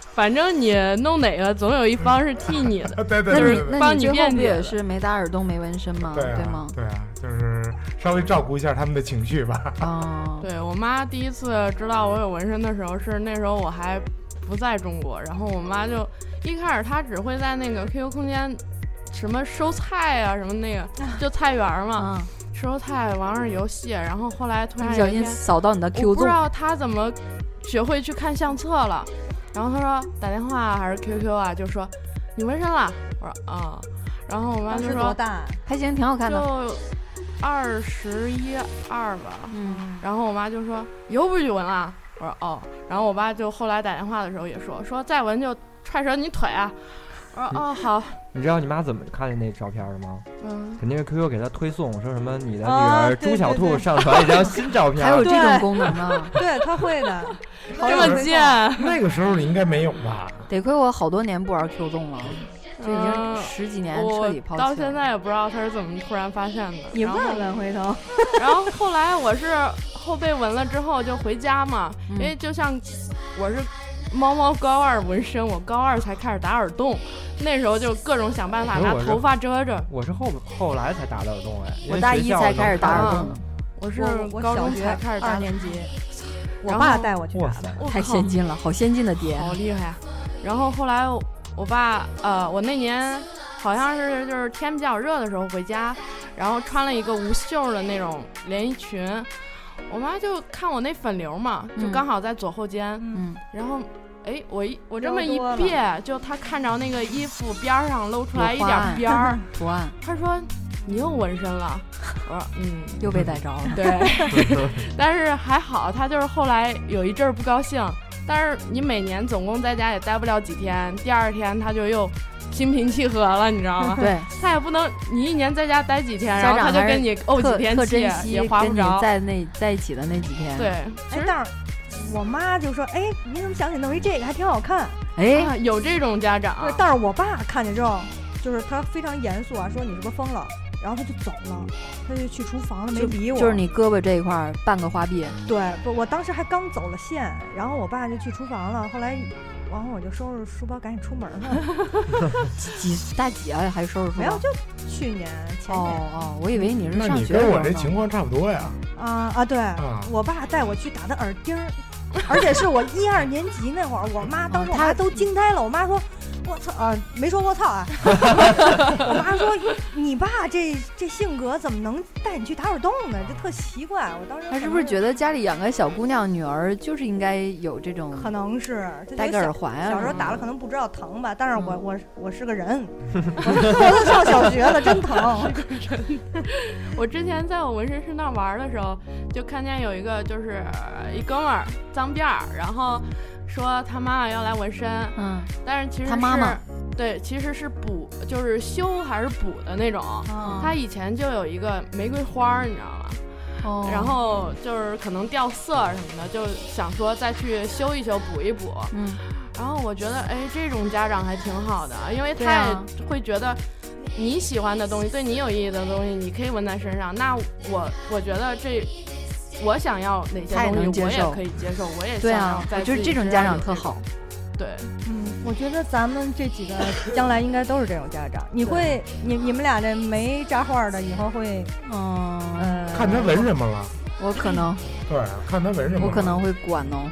[SPEAKER 2] 反正你弄哪个，总有一方是替你的。
[SPEAKER 5] 对 对
[SPEAKER 7] 那
[SPEAKER 5] 对
[SPEAKER 7] 你
[SPEAKER 5] 对
[SPEAKER 7] 那
[SPEAKER 2] 帮
[SPEAKER 7] 你
[SPEAKER 2] 你
[SPEAKER 7] 最后
[SPEAKER 2] 辩
[SPEAKER 7] 不
[SPEAKER 2] 解
[SPEAKER 7] 也
[SPEAKER 2] 的
[SPEAKER 7] 是没打耳洞没纹身吗？
[SPEAKER 5] 对
[SPEAKER 7] 对
[SPEAKER 5] 啊
[SPEAKER 7] 吗，？
[SPEAKER 5] 对啊，就是稍微照顾一下他们的情绪 吧。
[SPEAKER 1] 嗯
[SPEAKER 7] 哦，
[SPEAKER 2] 对我妈第一次知道我有纹身的时候，是那时候我还不在中国，然后我妈就一开始她只会在那个 QQ 空间什么收菜啊什么那个，就菜园儿嘛，
[SPEAKER 7] 嗯，
[SPEAKER 2] 收菜玩玩游戏，然后后来突然
[SPEAKER 1] 不
[SPEAKER 2] 有
[SPEAKER 1] 小
[SPEAKER 2] 一
[SPEAKER 1] 心
[SPEAKER 2] 天，
[SPEAKER 1] 扫啊到你的
[SPEAKER 2] 哎我
[SPEAKER 1] Q
[SPEAKER 2] 不知
[SPEAKER 1] 纵，
[SPEAKER 2] 道她怎么学会去看相册了，然后她说打电话还是 QQ 啊，就说你纹身了，我说啊、然后我妈
[SPEAKER 3] 当
[SPEAKER 2] 就
[SPEAKER 3] 时
[SPEAKER 2] 说
[SPEAKER 3] 多大？
[SPEAKER 7] 还行，挺好看的，
[SPEAKER 2] 就二十一二吧，
[SPEAKER 7] 嗯，
[SPEAKER 2] 然后我妈就说：“以后不许纹了。”我说：“哦。”然后我爸就后来打电话的时候也说：“说再纹就踹折你腿啊。”我说：“ 哦，好。
[SPEAKER 4] 你知道你妈怎么看见那照片的吗？”
[SPEAKER 2] 嗯，
[SPEAKER 4] 肯定是 QQ 给她推送，说什么你的女
[SPEAKER 3] 啊
[SPEAKER 4] 儿
[SPEAKER 3] 对
[SPEAKER 4] 朱小
[SPEAKER 3] 对
[SPEAKER 4] 兔
[SPEAKER 3] 对
[SPEAKER 4] 上传一张新照片
[SPEAKER 7] 还有
[SPEAKER 4] 儿。
[SPEAKER 7] 这种功能 呢。
[SPEAKER 3] 对他会的，
[SPEAKER 2] 这
[SPEAKER 3] 好有
[SPEAKER 2] 么
[SPEAKER 3] 回
[SPEAKER 2] 贱
[SPEAKER 3] 报，
[SPEAKER 5] 那个时候应该没有吧？
[SPEAKER 7] 得亏我好多年不玩 Q 纵了，这已经
[SPEAKER 2] 嗯
[SPEAKER 7] 十几年彻
[SPEAKER 2] 我
[SPEAKER 7] 底抛弃了。
[SPEAKER 2] 到现在也不知道他是怎么突然发现的。
[SPEAKER 3] 你
[SPEAKER 2] 然后
[SPEAKER 3] 问问回头，
[SPEAKER 2] 然后后来我是后被纹了之后就回家嘛，
[SPEAKER 7] 嗯
[SPEAKER 2] 因为就像我是猫猫高二纹身，我高二才开始打耳洞，那时候就各种想办法
[SPEAKER 4] 不是
[SPEAKER 2] 拿
[SPEAKER 4] 哎我是
[SPEAKER 2] 头发遮着。
[SPEAKER 4] 我是后后来才打的耳洞哎，因
[SPEAKER 7] 我
[SPEAKER 4] 为
[SPEAKER 7] 大
[SPEAKER 4] 学
[SPEAKER 7] 一
[SPEAKER 4] 校
[SPEAKER 7] 才
[SPEAKER 4] 能
[SPEAKER 7] 开始打
[SPEAKER 4] 看
[SPEAKER 7] 耳
[SPEAKER 4] 到
[SPEAKER 7] 洞的，
[SPEAKER 2] 我是
[SPEAKER 3] 我我
[SPEAKER 2] 高
[SPEAKER 3] 小
[SPEAKER 2] 中
[SPEAKER 3] 学
[SPEAKER 2] 才开始打
[SPEAKER 3] 二
[SPEAKER 2] 耳洞
[SPEAKER 3] 年级，我
[SPEAKER 2] 然
[SPEAKER 3] 爸
[SPEAKER 2] 后
[SPEAKER 3] 带我去
[SPEAKER 4] 哇
[SPEAKER 3] 打的
[SPEAKER 4] 塞，
[SPEAKER 2] 我
[SPEAKER 7] 太
[SPEAKER 2] 靠
[SPEAKER 7] 先进了，好先进的嗯爹。
[SPEAKER 2] 好厉害啊！然后后来我我爸呃，我那年好像是就是天比较热的时候回家，然后穿了一个无袖的那种连衣裙，我妈就看我那粉瘤嘛，就
[SPEAKER 7] 嗯
[SPEAKER 2] 刚好在左后肩，
[SPEAKER 7] 嗯，
[SPEAKER 2] 然后。哎，我一我这么
[SPEAKER 3] 留
[SPEAKER 2] 一
[SPEAKER 3] 多了
[SPEAKER 2] 别，就她看着那个衣服边儿上露出来一
[SPEAKER 7] 有花
[SPEAKER 2] 点
[SPEAKER 7] 哎
[SPEAKER 2] 边儿，
[SPEAKER 7] 图案
[SPEAKER 2] 她说：“你又纹身了。”我说：“ 嗯，
[SPEAKER 7] 又被逮着了。
[SPEAKER 2] 对，但是还好，他就是后来有一阵儿不高兴，但是你每年总共在家也待不了几天，第二天他就又心平气和了，你知道 吗？
[SPEAKER 7] 对，
[SPEAKER 2] 他也不能你一年在家待几天，
[SPEAKER 7] 家
[SPEAKER 2] 然后他
[SPEAKER 7] 长
[SPEAKER 2] 就
[SPEAKER 7] 还是
[SPEAKER 2] 跟你怄
[SPEAKER 7] 特
[SPEAKER 2] 几天
[SPEAKER 7] 特
[SPEAKER 2] 气
[SPEAKER 7] 珍，惜
[SPEAKER 2] 也划
[SPEAKER 7] 跟
[SPEAKER 2] 不
[SPEAKER 7] 你
[SPEAKER 2] 着。
[SPEAKER 7] 在那在一起的那几天。，
[SPEAKER 2] 对，其
[SPEAKER 3] 哎，
[SPEAKER 2] 实
[SPEAKER 3] 但是我妈就说：“哎，你怎么想起弄一这个，还挺好看。
[SPEAKER 7] 哎，
[SPEAKER 2] 啊有这种家长
[SPEAKER 3] 对，，但是我爸看见之后，就是他非常严肃啊，说：“你是不是疯了？”然后他就走了，他就去厨房了，没理我。
[SPEAKER 7] 就是你胳膊这一块儿半个花臂，
[SPEAKER 3] 对，不，我当时还刚走了线，然后我爸就去厨房了。后来然后我就收拾书包赶紧出门了。
[SPEAKER 8] 几几大几啊？还收拾书
[SPEAKER 3] 没有，
[SPEAKER 8] 包？
[SPEAKER 3] 就去年前
[SPEAKER 8] 哦
[SPEAKER 3] 年
[SPEAKER 8] 哦，我以为你是
[SPEAKER 5] 那
[SPEAKER 8] 上
[SPEAKER 5] 你
[SPEAKER 8] 学的
[SPEAKER 5] 跟
[SPEAKER 8] 时候
[SPEAKER 5] 我这
[SPEAKER 8] 呢。
[SPEAKER 5] 情况差不多呀。
[SPEAKER 3] 啊啊，对
[SPEAKER 5] 啊
[SPEAKER 3] 我爸带我去打的耳钉儿，而且是我一二年级那会儿，我 妈当时
[SPEAKER 1] 哦
[SPEAKER 3] 我妈都惊呆了，我妈说。我操啊！没说我操 啊！我妈说你爸这这性格怎么能带你去打耳洞呢？这特奇怪。我当时
[SPEAKER 1] 他是不是觉
[SPEAKER 3] 得
[SPEAKER 1] 得家里养个小姑娘女儿就是应该有这种
[SPEAKER 3] 可能是就觉得
[SPEAKER 1] 戴个
[SPEAKER 3] 小
[SPEAKER 1] 耳环啊？
[SPEAKER 3] 小时候
[SPEAKER 1] 什么
[SPEAKER 3] 打了
[SPEAKER 1] 的
[SPEAKER 3] 可能不知道疼吧，但是我
[SPEAKER 1] 嗯
[SPEAKER 3] 我我是 个人，我都上小学了，真疼。
[SPEAKER 1] 嗯
[SPEAKER 2] 我之前在我纹身师那儿玩的时候，就看见有一个就是呃一哥们儿脏辫儿，然后说他妈妈要来纹身，
[SPEAKER 1] 嗯，
[SPEAKER 2] 但是其实
[SPEAKER 1] 他妈
[SPEAKER 2] 是
[SPEAKER 1] 妈
[SPEAKER 2] 对，其实是补，就是修还是补的那种。
[SPEAKER 3] 哦
[SPEAKER 1] 嗯
[SPEAKER 2] 他以前就有一个玫瑰花儿，你知道吗？
[SPEAKER 1] 哦
[SPEAKER 2] 然后就是可能掉色什么的，就想说再去修一修、补一补。
[SPEAKER 1] 嗯，
[SPEAKER 2] 然后我觉得，哎，这种家长还挺好的，因为
[SPEAKER 1] 对
[SPEAKER 2] 他
[SPEAKER 1] 啊
[SPEAKER 2] 也会觉得你喜欢的东西、对你有意义的东西，你可以纹在身上。那我我觉得这。我想要哪些
[SPEAKER 1] 他也能
[SPEAKER 2] 东西，
[SPEAKER 1] 接
[SPEAKER 2] 我也
[SPEAKER 1] 受
[SPEAKER 2] 可以接受，我也
[SPEAKER 1] 对
[SPEAKER 2] 想
[SPEAKER 1] 啊
[SPEAKER 2] 要，在
[SPEAKER 1] 我觉
[SPEAKER 2] 自
[SPEAKER 1] 得
[SPEAKER 2] 己
[SPEAKER 1] 这种
[SPEAKER 2] 身
[SPEAKER 1] 家
[SPEAKER 2] 上
[SPEAKER 1] 长特
[SPEAKER 2] 有这种
[SPEAKER 1] 好。。
[SPEAKER 2] 对，
[SPEAKER 3] 嗯，我觉得咱们这几个将来应该都是这种家长。你会，你你们俩这没扎画的，以后会
[SPEAKER 1] 嗯，
[SPEAKER 3] 呃，
[SPEAKER 5] 看他纹什么了，
[SPEAKER 1] 我可能
[SPEAKER 5] 对，看他纹什么了。
[SPEAKER 1] 我可能会管哦，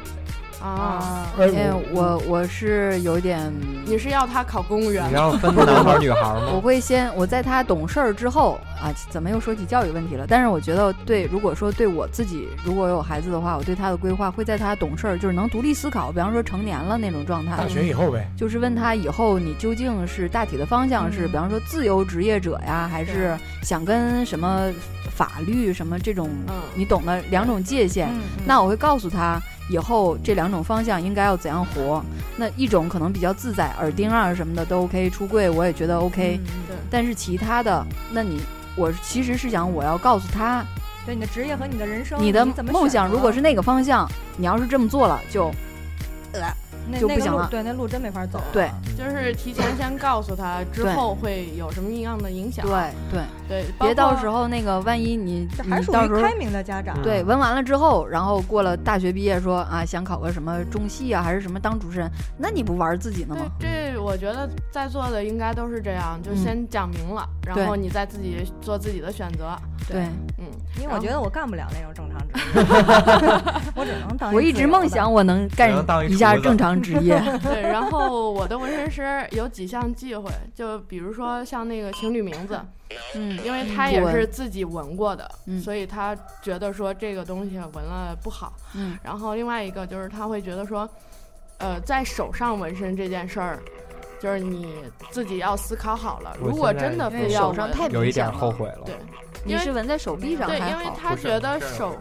[SPEAKER 2] 啊，
[SPEAKER 3] 啊，
[SPEAKER 5] 哎
[SPEAKER 1] 因为我我是有点，
[SPEAKER 2] 你是要他考公务员
[SPEAKER 4] 你
[SPEAKER 2] 吗？
[SPEAKER 4] 让分男孩儿女孩儿
[SPEAKER 1] 我
[SPEAKER 4] 吗？
[SPEAKER 1] 会先我在他懂事儿之后啊，怎么又说起教育问题了？但是我觉得对，如果说对我自己如果有孩子的话，我对他的规划会在他懂事儿，就是能独立思考，比方说成年了那种状态
[SPEAKER 5] 大，学以后呗，
[SPEAKER 1] 就是问他以后你究竟是大体的方向是，
[SPEAKER 3] 嗯
[SPEAKER 1] 比方说自由职业者呀，还是想跟什么法律什么这种，
[SPEAKER 2] 嗯
[SPEAKER 1] 你懂的两种界限。
[SPEAKER 3] 嗯，
[SPEAKER 1] 那我会告诉他以后这两种方向应该要怎样活。那一种可能比较自在，耳钉啊什么的都 OK，出柜我也觉得
[SPEAKER 3] 嗯
[SPEAKER 1] OK、
[SPEAKER 2] 对
[SPEAKER 1] 但是其他的，那你我其实是想我要告诉他，
[SPEAKER 3] 对你的职业和你的人生，
[SPEAKER 1] 你
[SPEAKER 3] 你
[SPEAKER 1] 的
[SPEAKER 3] 怎么
[SPEAKER 1] 梦想
[SPEAKER 3] 选
[SPEAKER 1] 如果
[SPEAKER 3] 择嗯
[SPEAKER 1] 是那个方向，你要是这么做了就
[SPEAKER 3] 那
[SPEAKER 1] 就
[SPEAKER 3] 那
[SPEAKER 1] 不
[SPEAKER 3] 个
[SPEAKER 1] 行
[SPEAKER 3] 路
[SPEAKER 1] 了
[SPEAKER 3] 对，那路真没法走。
[SPEAKER 1] 对
[SPEAKER 2] 就是提前先告诉他，之后会有什么样的影响。
[SPEAKER 1] 对对，
[SPEAKER 2] 对，
[SPEAKER 1] 别到时
[SPEAKER 2] 候
[SPEAKER 1] 候那个万一你
[SPEAKER 3] 啊这
[SPEAKER 1] 你
[SPEAKER 3] 还属
[SPEAKER 1] 嗯到时
[SPEAKER 3] 于
[SPEAKER 1] 候
[SPEAKER 3] 开明的家长。
[SPEAKER 1] 对，纹完了之后，然后过了大学毕业说啊，想考个什么中戏啊，还是什么当主持人，那你不玩自己呢
[SPEAKER 2] 对
[SPEAKER 1] 吗？
[SPEAKER 2] 这，我觉得在座的应该都是这样，就
[SPEAKER 1] 嗯
[SPEAKER 2] 先讲明了，然后你再自己做自己的选择。
[SPEAKER 1] 对，
[SPEAKER 2] 嗯，
[SPEAKER 3] 因为我觉得我干不了那种正常职 业，我只能当
[SPEAKER 1] 我一直梦想我能干
[SPEAKER 4] 只能当一
[SPEAKER 1] 一下
[SPEAKER 4] 厨子
[SPEAKER 1] 正常职 业。
[SPEAKER 2] 对。然后我的纹身师有几项忌讳，就比如说像那个情侣名字，
[SPEAKER 1] 嗯，
[SPEAKER 2] 因为他
[SPEAKER 1] 不
[SPEAKER 2] 也
[SPEAKER 1] 纹
[SPEAKER 2] 是自己纹过的，
[SPEAKER 1] 嗯
[SPEAKER 2] 所以他觉得说这个东西纹了不好。
[SPEAKER 1] 嗯，
[SPEAKER 2] 然后另外一个就是他会觉得说，呃，在手上纹身这件事儿，就是你自己要思考好了。
[SPEAKER 4] 我
[SPEAKER 2] 如果
[SPEAKER 4] 现在
[SPEAKER 2] 真的
[SPEAKER 1] 因为
[SPEAKER 2] 非要
[SPEAKER 1] 手上
[SPEAKER 2] 纹，
[SPEAKER 1] 太
[SPEAKER 4] 有一
[SPEAKER 1] 明显
[SPEAKER 4] 点
[SPEAKER 1] 了。
[SPEAKER 4] 后悔了。
[SPEAKER 2] 对
[SPEAKER 1] 你
[SPEAKER 2] 因为
[SPEAKER 1] 是纹在手臂上
[SPEAKER 2] 对，
[SPEAKER 1] 还
[SPEAKER 2] 因为
[SPEAKER 1] 好。
[SPEAKER 2] 他觉得
[SPEAKER 4] 不是
[SPEAKER 2] 手，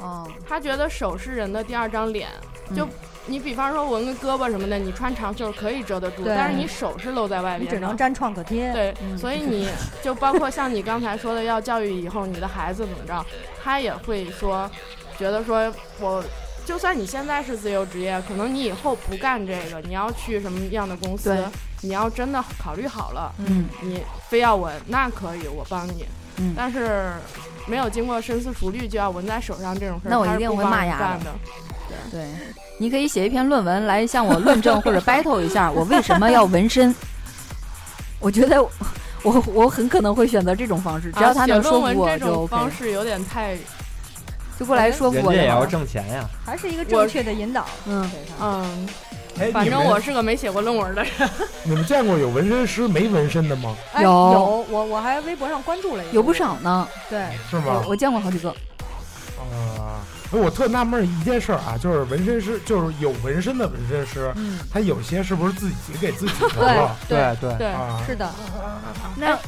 [SPEAKER 1] 哦，
[SPEAKER 2] 他觉得手是人的第二张脸，
[SPEAKER 1] 嗯
[SPEAKER 2] 就。你比方说纹个胳膊什么的，你穿长袖可以遮得住，
[SPEAKER 3] 对
[SPEAKER 2] 但是你手是露在外
[SPEAKER 3] 你
[SPEAKER 2] 边的，
[SPEAKER 3] 只能粘创可贴。
[SPEAKER 2] 对，
[SPEAKER 1] 嗯
[SPEAKER 2] 所以你就包括像你刚才说的，要教育以后你的孩子怎么着，他也会说，觉得说我就算你现在是自由职业，可能你以后不干这个，你要去什么样的公司
[SPEAKER 1] 对，
[SPEAKER 2] 你要真的考虑好了，
[SPEAKER 1] 嗯，
[SPEAKER 2] 你非要纹，那可以，我帮你。
[SPEAKER 1] 嗯
[SPEAKER 2] 但是没有经过深思熟虑就要纹在手上这种事儿，
[SPEAKER 1] 那我
[SPEAKER 2] 他
[SPEAKER 1] 一
[SPEAKER 2] 是
[SPEAKER 1] 定
[SPEAKER 2] 不
[SPEAKER 1] 会
[SPEAKER 2] 帮
[SPEAKER 1] 骂
[SPEAKER 2] 人
[SPEAKER 1] 丫
[SPEAKER 2] 干
[SPEAKER 1] 的
[SPEAKER 2] 的。
[SPEAKER 1] 对，你可以写一篇论文来向我论证或 者 battle 一下，我为什么要纹身？我觉得我我我很可能会选择这种方式，只要他
[SPEAKER 2] 啊写
[SPEAKER 1] 能说
[SPEAKER 2] 论
[SPEAKER 1] 服
[SPEAKER 2] 文
[SPEAKER 1] 我
[SPEAKER 2] 这
[SPEAKER 1] 就
[SPEAKER 2] 种
[SPEAKER 1] OK，
[SPEAKER 2] 方式有点太，
[SPEAKER 1] 就过来说服
[SPEAKER 4] 人
[SPEAKER 1] 我
[SPEAKER 4] 家
[SPEAKER 1] 就
[SPEAKER 4] 也
[SPEAKER 1] 好
[SPEAKER 4] 要
[SPEAKER 1] 了。
[SPEAKER 4] 挣钱呀。
[SPEAKER 3] 还是一个
[SPEAKER 2] 我
[SPEAKER 3] 正确的引导。
[SPEAKER 1] 嗯，
[SPEAKER 3] 对他
[SPEAKER 2] 嗯，
[SPEAKER 5] 哎
[SPEAKER 2] 反
[SPEAKER 5] 你
[SPEAKER 2] 正
[SPEAKER 5] 们
[SPEAKER 2] 我是个没写过论文的人。
[SPEAKER 5] 你们见过有纹身师没纹身的吗？
[SPEAKER 3] 哎
[SPEAKER 1] 有
[SPEAKER 3] 有我我还微博上关注了一个，
[SPEAKER 1] 有不少呢，
[SPEAKER 3] 对，
[SPEAKER 5] 是吗
[SPEAKER 1] 我？我见过好几个。
[SPEAKER 5] 啊、我特纳闷儿一件事儿啊，就是纹身师，就是有纹身的纹身师，
[SPEAKER 1] 嗯，
[SPEAKER 5] 他有些是不是自己给自己纹了
[SPEAKER 4] 对对，
[SPEAKER 2] 对，
[SPEAKER 5] 啊？
[SPEAKER 3] 是的，
[SPEAKER 1] 嗯那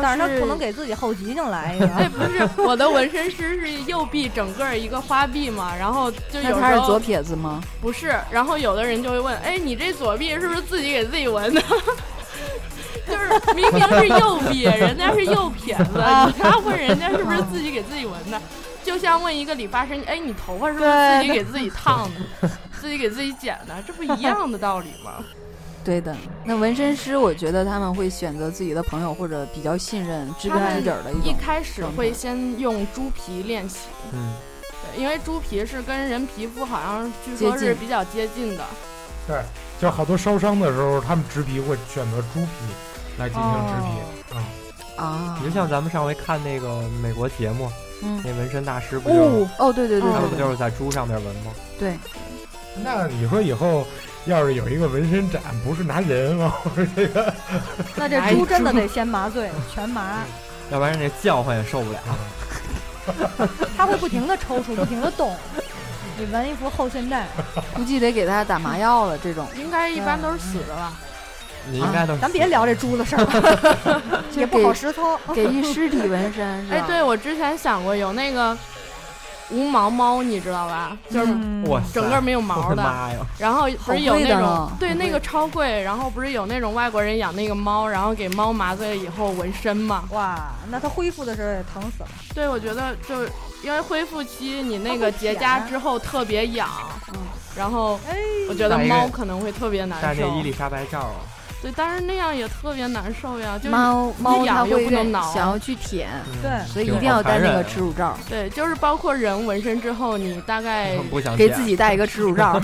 [SPEAKER 3] 但是他不能给自己后脊 上来一
[SPEAKER 2] 哎，
[SPEAKER 3] 个。
[SPEAKER 2] 不是，我的纹身师是右臂整个一个花臂嘛，然后就
[SPEAKER 1] 那
[SPEAKER 2] 有
[SPEAKER 1] 他
[SPEAKER 2] 时
[SPEAKER 1] 是左
[SPEAKER 2] 候
[SPEAKER 1] 撇子吗？
[SPEAKER 2] 不是，然后有的人就会问，哎，你这左臂是不是自己给自己纹的？ 就是明明是右臂，人家是右撇子，你还要问人家是不是自己给自己纹的？就像问一个理发师，哎，你头发是不是自己给自己烫的，自己给自己剪的，这不一样的道理 吗？
[SPEAKER 1] 对的，那纹身师我觉得他们会选择自己的朋友或者比较信任、知根
[SPEAKER 2] 他们
[SPEAKER 1] 知底儿的一
[SPEAKER 2] 一
[SPEAKER 1] 种。
[SPEAKER 2] 开始会先用猪皮练习，
[SPEAKER 4] 嗯，
[SPEAKER 2] 对因为猪皮是跟人皮肤好像据说
[SPEAKER 1] 接
[SPEAKER 2] 是
[SPEAKER 1] 近
[SPEAKER 2] 比较接近的，
[SPEAKER 5] 就好多烧伤的时候，他们植皮会选择猪皮来进行植皮。啊、
[SPEAKER 1] 啊
[SPEAKER 4] 你就像咱们上回看那个美国节目，
[SPEAKER 1] 嗯
[SPEAKER 4] 那纹身大师不就
[SPEAKER 1] 哦哦，对对对
[SPEAKER 4] 他
[SPEAKER 1] 对
[SPEAKER 4] 们不
[SPEAKER 1] 对
[SPEAKER 4] 就是在猪上面纹吗？
[SPEAKER 5] 那你说以后要是有一个纹身展，不是拿人啊往我们这个，
[SPEAKER 3] 那这
[SPEAKER 2] 哎
[SPEAKER 3] 猪真的
[SPEAKER 2] 猪
[SPEAKER 3] 得先麻醉，全麻，
[SPEAKER 4] 要不然那叫唤也受不了。
[SPEAKER 3] 它会不停的抽搐，不停的动。你纹一幅后现代，
[SPEAKER 1] 估计得给他打麻药了。 这种
[SPEAKER 2] 应该一般都是死的吧？
[SPEAKER 4] 你应该都
[SPEAKER 3] 啊
[SPEAKER 4] 是
[SPEAKER 3] 咱别聊这猪的事儿了， 也不好实操。
[SPEAKER 1] 给一尸体纹身，是
[SPEAKER 2] 哎，
[SPEAKER 1] 吧，
[SPEAKER 2] 对，我之前想过有那个无毛猫，你知道吧？就是
[SPEAKER 3] 嗯
[SPEAKER 4] 哇塞，
[SPEAKER 2] 整个没有毛
[SPEAKER 4] 我的
[SPEAKER 2] 的。
[SPEAKER 4] 妈呀！
[SPEAKER 2] 然后不是
[SPEAKER 1] 好
[SPEAKER 2] 有那
[SPEAKER 1] 贵的哦
[SPEAKER 2] 种
[SPEAKER 1] 呢
[SPEAKER 2] 对那个超贵，然后不是有那种外国人养那个猫，然后给猫麻醉了以后纹身嘛？
[SPEAKER 3] 哇，那它恢复的时候也疼死了。
[SPEAKER 2] 对，我觉得就因为恢复期你那
[SPEAKER 3] 它
[SPEAKER 2] 个
[SPEAKER 3] 会
[SPEAKER 2] 结
[SPEAKER 3] 舔
[SPEAKER 2] 痂
[SPEAKER 3] 啊
[SPEAKER 2] 之后特别痒，
[SPEAKER 1] 嗯
[SPEAKER 2] 然后
[SPEAKER 3] 哎，
[SPEAKER 2] 我觉得
[SPEAKER 4] 戴一个
[SPEAKER 2] 猫可能会特别难
[SPEAKER 4] 戴那伊
[SPEAKER 2] 受。
[SPEAKER 4] 丽莎白罩啊，
[SPEAKER 2] 对，但是那样也特别难受呀，就是
[SPEAKER 1] 猫猫它
[SPEAKER 2] 痒又
[SPEAKER 1] 会
[SPEAKER 2] 不能挠
[SPEAKER 1] 想要去舔，
[SPEAKER 4] 嗯
[SPEAKER 3] 对
[SPEAKER 1] 所以一定要戴那个耻
[SPEAKER 4] 挺好
[SPEAKER 1] 辱罩，
[SPEAKER 2] 对，就是包括人纹身之后，你大概
[SPEAKER 4] 残忍嗯不想
[SPEAKER 1] 给
[SPEAKER 4] 剪
[SPEAKER 1] 自己戴一个耻辱 罩。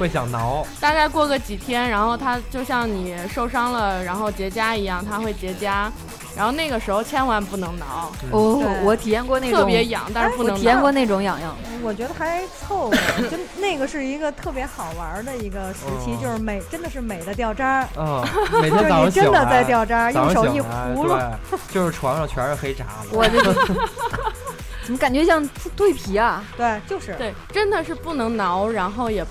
[SPEAKER 4] 会想挠，
[SPEAKER 2] 大概过个几天，然后它就像你受伤了，然后结痂一样，它会结痂，然后那个时候千万不能挠，
[SPEAKER 1] 哦
[SPEAKER 3] 对，
[SPEAKER 1] 我体验过那种，哎
[SPEAKER 2] 特别痒，但是不
[SPEAKER 1] 我
[SPEAKER 2] 能
[SPEAKER 1] 体
[SPEAKER 2] 挠
[SPEAKER 1] 验。过那种痒 痒，
[SPEAKER 3] 我觉得还凑合，就那个是一个特别好玩的一个时期，
[SPEAKER 4] 嗯
[SPEAKER 3] 就是美，真的是美的掉渣儿，
[SPEAKER 4] 嗯，每
[SPEAKER 3] 就
[SPEAKER 4] 天
[SPEAKER 3] 是
[SPEAKER 4] 早
[SPEAKER 3] 你
[SPEAKER 4] 上
[SPEAKER 3] 真
[SPEAKER 4] 醒
[SPEAKER 3] 的在
[SPEAKER 4] 来，
[SPEAKER 3] 掉渣儿，
[SPEAKER 4] 早
[SPEAKER 3] 用手
[SPEAKER 4] 上
[SPEAKER 3] 一
[SPEAKER 4] 醒来，
[SPEAKER 3] 葫芦，
[SPEAKER 4] 对，就是床上全是黑渣子。
[SPEAKER 1] 我这 怎么感觉像蜕皮啊？
[SPEAKER 3] 对，就是
[SPEAKER 2] 对，真的是不能挠，然后也，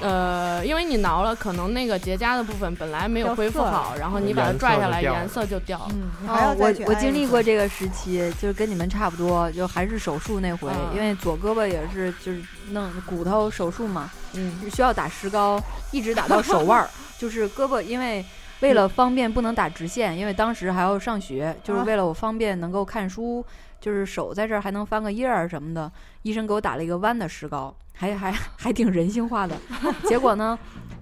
[SPEAKER 2] 呃，因为你挠了，可能那个结痂的部分本来没有
[SPEAKER 3] 掉
[SPEAKER 2] 恢复
[SPEAKER 3] 色
[SPEAKER 2] 好，然后你把它
[SPEAKER 4] 颜色
[SPEAKER 2] 拽
[SPEAKER 4] 就
[SPEAKER 2] 下来，
[SPEAKER 4] 掉
[SPEAKER 2] 颜
[SPEAKER 4] 了
[SPEAKER 2] 色就掉了。
[SPEAKER 3] 嗯，你还要
[SPEAKER 1] 哦，
[SPEAKER 3] 再
[SPEAKER 1] 我
[SPEAKER 3] 去
[SPEAKER 1] 我
[SPEAKER 3] 挨
[SPEAKER 1] 经
[SPEAKER 3] 一
[SPEAKER 1] 历
[SPEAKER 3] 次
[SPEAKER 1] 过这个时期，就是跟你们差不多，就还是手术那回，
[SPEAKER 2] 嗯
[SPEAKER 1] 因为左胳膊也是就是弄骨头手术嘛，
[SPEAKER 2] 嗯，
[SPEAKER 1] 需要打石膏，一直打到手腕儿， 就是胳膊，因为为了方便不能打直线，因为当时还要上学，就是
[SPEAKER 3] 啊
[SPEAKER 1] 为了我方便能够看书，就是手在这儿还能翻个页儿什么的，医生给我打了一个弯的石膏，还 还还挺人性化的。结果呢，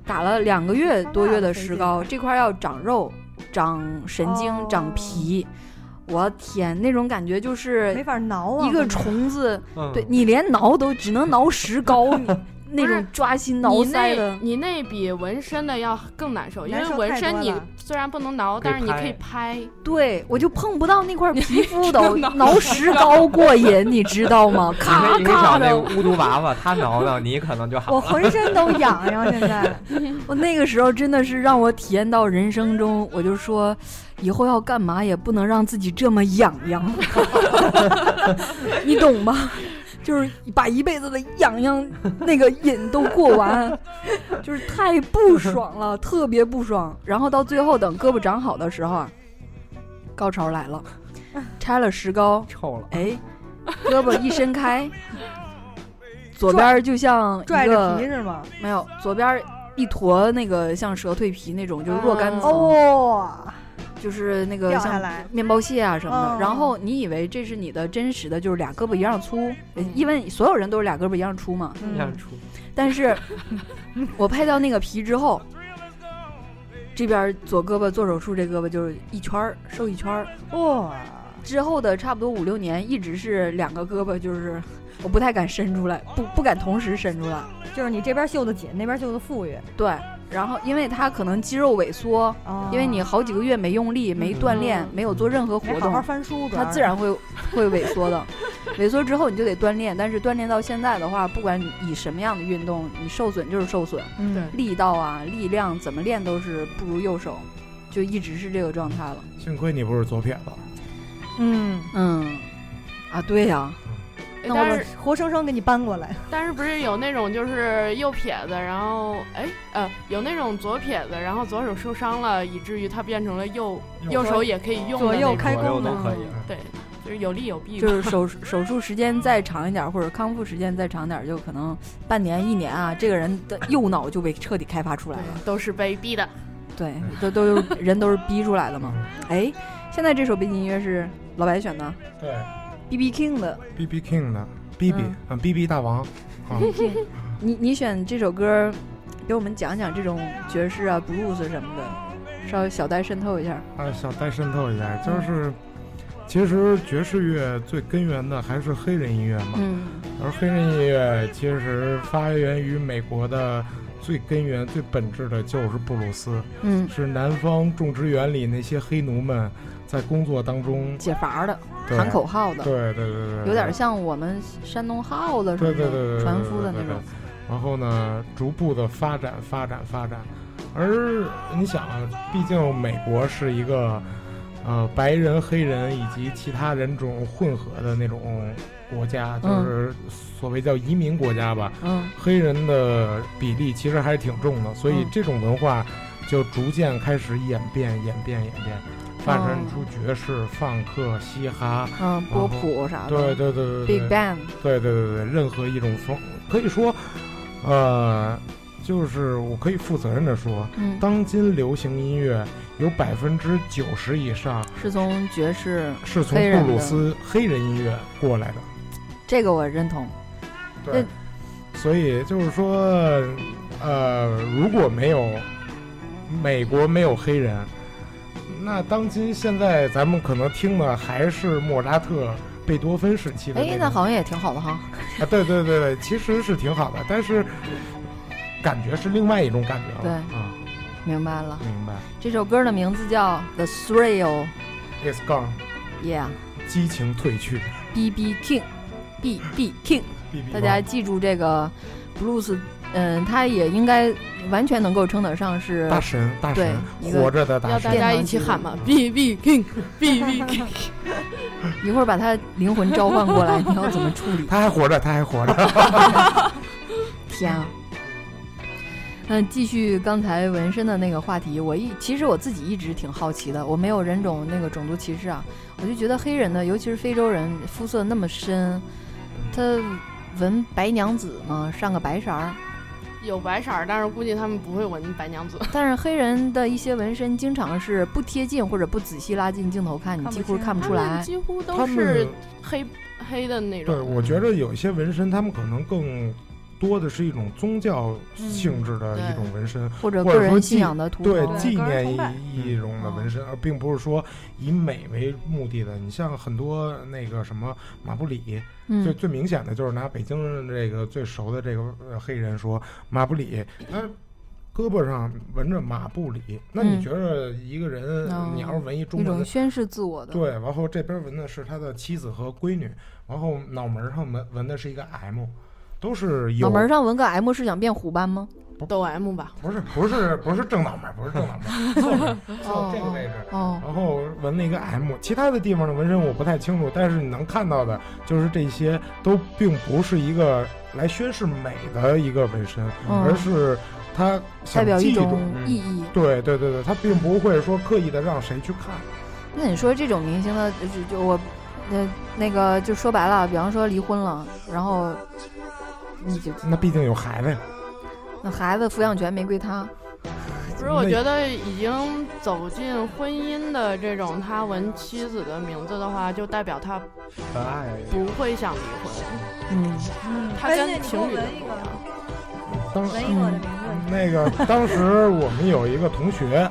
[SPEAKER 1] 打了两个月多月的石膏，这块儿要长肉、长神经、
[SPEAKER 3] 哦
[SPEAKER 1] 长皮，我天，那种感觉就是
[SPEAKER 3] 没法挠啊，
[SPEAKER 1] 一个
[SPEAKER 3] 根本
[SPEAKER 1] 虫子，
[SPEAKER 4] 嗯，
[SPEAKER 1] 对你连挠都只能挠石膏， 你那
[SPEAKER 2] 不是
[SPEAKER 1] 种抓心挠
[SPEAKER 2] 你
[SPEAKER 1] 腮
[SPEAKER 2] 那
[SPEAKER 1] 的。
[SPEAKER 2] 你那比纹身的要更难受，因
[SPEAKER 3] 难
[SPEAKER 2] 为
[SPEAKER 3] 受
[SPEAKER 2] 纹
[SPEAKER 3] 太
[SPEAKER 2] 身
[SPEAKER 3] 多
[SPEAKER 2] 你
[SPEAKER 3] 了
[SPEAKER 2] 虽然不能挠，
[SPEAKER 4] 可以
[SPEAKER 2] 但是你可以
[SPEAKER 4] 拍
[SPEAKER 2] 拍。
[SPEAKER 1] 对，我就碰不到那块皮肤 都
[SPEAKER 2] 挠
[SPEAKER 1] 挠石膏过瘾，你知道吗？
[SPEAKER 4] 你可
[SPEAKER 1] 咔
[SPEAKER 4] 以你可以
[SPEAKER 1] 咔
[SPEAKER 4] 找那
[SPEAKER 1] 的，
[SPEAKER 4] 巫毒娃娃，他挠挠你，可能 就好
[SPEAKER 3] 我
[SPEAKER 4] 了。
[SPEAKER 3] 浑身都痒
[SPEAKER 1] 啊
[SPEAKER 3] 痒， 现在
[SPEAKER 1] 我那个时候真的是让我体验到人生中，我就说，以后要干嘛也不能让自己这么痒痒， 你懂吗？就是把一辈子的痒痒那个瘾都过完，就是太不爽了，特别不爽。然后到最后等胳膊长好的时候啊，高潮来了，拆了石膏，
[SPEAKER 4] 臭了，
[SPEAKER 1] 哎，胳膊一伸开，左边儿就像一
[SPEAKER 3] 拽着
[SPEAKER 1] 个
[SPEAKER 3] 皮是吗？
[SPEAKER 1] 没有，左边儿一坨那个像蛇蜕皮那种，就是若干
[SPEAKER 2] 嗯
[SPEAKER 1] 层，
[SPEAKER 3] 哦，
[SPEAKER 1] 就是那个
[SPEAKER 3] 掉下
[SPEAKER 1] 像
[SPEAKER 3] 来
[SPEAKER 1] 面包蟹啊什么的。
[SPEAKER 3] 嗯
[SPEAKER 1] 然后你以为这是你的真实的，就是俩胳膊一样粗，
[SPEAKER 2] 嗯
[SPEAKER 1] 因为所有人都是俩胳膊一样粗嘛。
[SPEAKER 4] 这样
[SPEAKER 3] 嗯，
[SPEAKER 4] 出
[SPEAKER 1] 但 是我拍到那个皮之后，这边儿左胳膊做手术，这胳膊就是一圈儿瘦一圈儿。
[SPEAKER 3] 哇，
[SPEAKER 1] 之后的差不多五六年，一直是两个胳膊，就是我不太敢伸出来，不不敢同时伸出来。
[SPEAKER 3] 就是你这边绣的紧，那边绣的富裕，
[SPEAKER 1] 对，然后因为它可能肌肉萎缩，
[SPEAKER 3] 哦
[SPEAKER 1] 因为你好几个月没用力、没锻炼
[SPEAKER 2] 嗯、
[SPEAKER 1] 没有做任何
[SPEAKER 3] 没
[SPEAKER 1] 活
[SPEAKER 3] 好好
[SPEAKER 1] 动，
[SPEAKER 3] 翻书，主要
[SPEAKER 1] 它
[SPEAKER 3] 是
[SPEAKER 1] 自然会会萎缩的。 萎缩之后你就得锻炼，但是锻炼到现在的话，不管你以什么样的运动，你受损就是受损，
[SPEAKER 3] 嗯
[SPEAKER 2] 对
[SPEAKER 1] 力道啊、力量怎么练都是不如右手，就一直是这个状态了。
[SPEAKER 5] 幸亏你不是左撇子，
[SPEAKER 3] 嗯，
[SPEAKER 1] 嗯，啊，对呀、
[SPEAKER 2] 哎
[SPEAKER 3] 那
[SPEAKER 2] 但
[SPEAKER 3] 我
[SPEAKER 2] 是
[SPEAKER 3] 活生生给你搬过来，
[SPEAKER 2] 但是不是有那种就是右撇子，然后哎呃有那种左撇子，然后左手受伤了，以至于它变成了右
[SPEAKER 5] 右
[SPEAKER 2] 右手也可以用
[SPEAKER 3] 左
[SPEAKER 2] 的
[SPEAKER 3] 右
[SPEAKER 2] 那种
[SPEAKER 3] 开
[SPEAKER 4] 左右
[SPEAKER 3] 弓
[SPEAKER 4] 都
[SPEAKER 3] 呢
[SPEAKER 4] 可以。
[SPEAKER 2] 对，就是有利有弊吧。
[SPEAKER 1] 就是手术手术时间再长一点儿，或者康复时间再长点儿，就可能半年一年啊，这个人的右脑就被彻底开发出来
[SPEAKER 2] 对
[SPEAKER 1] 了。，
[SPEAKER 2] 都是被逼的。
[SPEAKER 1] 对，都都是人都是逼出来的
[SPEAKER 5] 嗯
[SPEAKER 1] 嘛。哎，现在这首背景音乐是老白选的
[SPEAKER 5] 对
[SPEAKER 1] ，B B King 的。
[SPEAKER 5] ，B B King 的 B B 啊，B B 大王啊，
[SPEAKER 1] 你你选这首歌，给我们讲讲这种爵士啊、blues 什么的，稍微小待渗透一下。
[SPEAKER 5] 啊，小再渗透一下，就是其实爵士乐最根源的还是黑人音乐嘛，
[SPEAKER 1] 嗯
[SPEAKER 5] 而黑人音乐其实发源于美国的最根源、最本质的就是布鲁斯，
[SPEAKER 1] 嗯，
[SPEAKER 5] 是南方种植园里那些黑奴们在工作当中
[SPEAKER 1] 解乏的，
[SPEAKER 5] 对
[SPEAKER 1] 喊口号的，
[SPEAKER 5] 对对对对对，
[SPEAKER 1] 有点像我们山东号子什
[SPEAKER 5] 对
[SPEAKER 1] 么
[SPEAKER 5] 对对对
[SPEAKER 1] 的
[SPEAKER 5] 对
[SPEAKER 1] 船夫的那
[SPEAKER 5] 对
[SPEAKER 1] 种
[SPEAKER 5] 对。然后呢，逐步的发展、发展、发展。而你想啊，毕竟美国是一个呃白人、黑人以及其他人种混合的那种国家，就
[SPEAKER 1] 嗯
[SPEAKER 5] 是所谓叫移民国家吧。
[SPEAKER 1] 嗯
[SPEAKER 5] 黑人的比例其实还是挺重的，所以
[SPEAKER 1] 嗯
[SPEAKER 5] 这种文化就逐渐开始演变、演变、演变，发展出爵士、放克、嘻哈。
[SPEAKER 1] 嗯，波普啥
[SPEAKER 5] 啊对
[SPEAKER 1] 的
[SPEAKER 5] 对对对对
[SPEAKER 1] ，Big Bang，
[SPEAKER 5] 对对对对，任何一种风，可以说，呃，就是我可以负责任的说，
[SPEAKER 1] 嗯，
[SPEAKER 5] 当今流行音乐有百分之九十以上
[SPEAKER 1] 是从爵士，
[SPEAKER 5] 是从
[SPEAKER 1] 黑人
[SPEAKER 5] 布
[SPEAKER 1] 的
[SPEAKER 5] 鲁斯黑人音乐过来的。
[SPEAKER 1] 这个我认同。
[SPEAKER 5] 对，所以就是说，呃，如果没有美国没有黑人，那当今现在咱们可能听的还是莫扎特、贝多芬时期的
[SPEAKER 1] 哎，
[SPEAKER 5] 那
[SPEAKER 1] 那
[SPEAKER 5] 种
[SPEAKER 1] 好像也挺好的哈。
[SPEAKER 5] 啊，对对对对，其实是挺好的，但是感觉是另外一种感觉了。
[SPEAKER 1] 对
[SPEAKER 5] 啊，
[SPEAKER 1] 明白了，
[SPEAKER 5] 明白。
[SPEAKER 1] 这首歌的名字叫《The Thrill
[SPEAKER 5] It's gone，》
[SPEAKER 1] ，Yeah。
[SPEAKER 5] 激情褪去。
[SPEAKER 1] B B King B B King，
[SPEAKER 5] B B
[SPEAKER 1] 大家记住这个 blues，嗯，他也应该完全能够称得上是
[SPEAKER 5] 大神，大神，
[SPEAKER 1] 对一个
[SPEAKER 5] 活着的
[SPEAKER 2] 要
[SPEAKER 5] 大
[SPEAKER 2] 大
[SPEAKER 5] 神。
[SPEAKER 2] 家一起喊嘛，B B King B B King，
[SPEAKER 1] 一会儿把他灵魂召唤过 来，你要怎么处理？
[SPEAKER 5] 他还活着，他还活着。
[SPEAKER 1] 天啊！嗯，继续刚才纹身的那个话题，我一其实我自己一直挺好奇的，我没有人种那个种族歧视啊，我就觉得黑人的，尤其是非洲人，肤色那么深，他纹白娘子嘛，上个白色儿，
[SPEAKER 2] 有白色儿，但是估计他们不会纹白娘子。
[SPEAKER 1] 但是黑人的一些纹身经常是不贴近或者不仔细拉近镜头看，你
[SPEAKER 3] 看不
[SPEAKER 1] 几乎
[SPEAKER 3] 清
[SPEAKER 1] 看不出
[SPEAKER 2] 他们
[SPEAKER 1] 来。
[SPEAKER 2] 几乎
[SPEAKER 5] 他
[SPEAKER 2] 都
[SPEAKER 5] 们
[SPEAKER 2] 是黑黑的那种。
[SPEAKER 5] 对，我觉得有一些纹身，他们可能更多的是一种宗教
[SPEAKER 1] 嗯
[SPEAKER 5] 性质的一种纹身，
[SPEAKER 1] 或者
[SPEAKER 5] 或
[SPEAKER 1] 个
[SPEAKER 5] 者说
[SPEAKER 1] 人
[SPEAKER 5] 记
[SPEAKER 1] 信仰的图
[SPEAKER 5] 对
[SPEAKER 1] 腾，
[SPEAKER 5] 纪
[SPEAKER 3] 个人
[SPEAKER 5] 念
[SPEAKER 3] 崇拜
[SPEAKER 5] 意义中的
[SPEAKER 1] 嗯
[SPEAKER 5] 纹身，而并不是说以美为目的的。你像很多那个什么马布里，最
[SPEAKER 1] 嗯，
[SPEAKER 5] 最明显的就是拿北京人这个最熟的这个呃黑人说马布里，他胳膊上纹着马布里，那你
[SPEAKER 1] 嗯
[SPEAKER 5] 觉着一个人、
[SPEAKER 1] 哦
[SPEAKER 5] 你要是纹一中文
[SPEAKER 1] 那种
[SPEAKER 5] 的，
[SPEAKER 1] 宣示自我的，
[SPEAKER 5] 对，然后这边纹的是他的妻子和闺女，然后脑门上纹纹的是一个 M，都是有
[SPEAKER 1] 脑门上纹个 M 是想变虎斑吗？
[SPEAKER 2] 抖 M 吧，
[SPEAKER 5] 不是不是不是正脑门，不是正脑门，侧面侧这个位置。
[SPEAKER 1] 哦，
[SPEAKER 5] 然后纹了一个 M，其他的地方的纹身我不太清楚，但是你能看到的就是这些都并不是一个来宣示美的一个纹身，
[SPEAKER 1] 嗯
[SPEAKER 5] 而是它
[SPEAKER 1] 代
[SPEAKER 5] 想
[SPEAKER 1] 表
[SPEAKER 5] 记
[SPEAKER 1] 一
[SPEAKER 5] 住
[SPEAKER 1] 种
[SPEAKER 5] 嗯
[SPEAKER 1] 意义。
[SPEAKER 5] 对对对对，它并不会说刻意的让谁去看。
[SPEAKER 1] 那你说这种明星的，就就我，呃，那个就说白了，比方说离婚了，然后你就
[SPEAKER 5] 那毕竟有孩子呀，
[SPEAKER 1] 那孩子抚养权没归他，
[SPEAKER 2] 不是，我觉得已经走进婚姻的这种，他纹妻子的名字的话，就代表他
[SPEAKER 5] 可爱。
[SPEAKER 2] 不会想离婚，
[SPEAKER 1] 嗯，
[SPEAKER 3] 嗯，
[SPEAKER 2] 他
[SPEAKER 3] 关
[SPEAKER 2] 跟
[SPEAKER 3] 键你给
[SPEAKER 2] 情
[SPEAKER 3] 我
[SPEAKER 2] 侣
[SPEAKER 3] 纹
[SPEAKER 2] 不
[SPEAKER 3] 一
[SPEAKER 2] 一
[SPEAKER 3] 个，
[SPEAKER 2] 样。
[SPEAKER 5] 当嗯
[SPEAKER 3] 纹一个我的名字。
[SPEAKER 5] 那个当时我们有一个同学，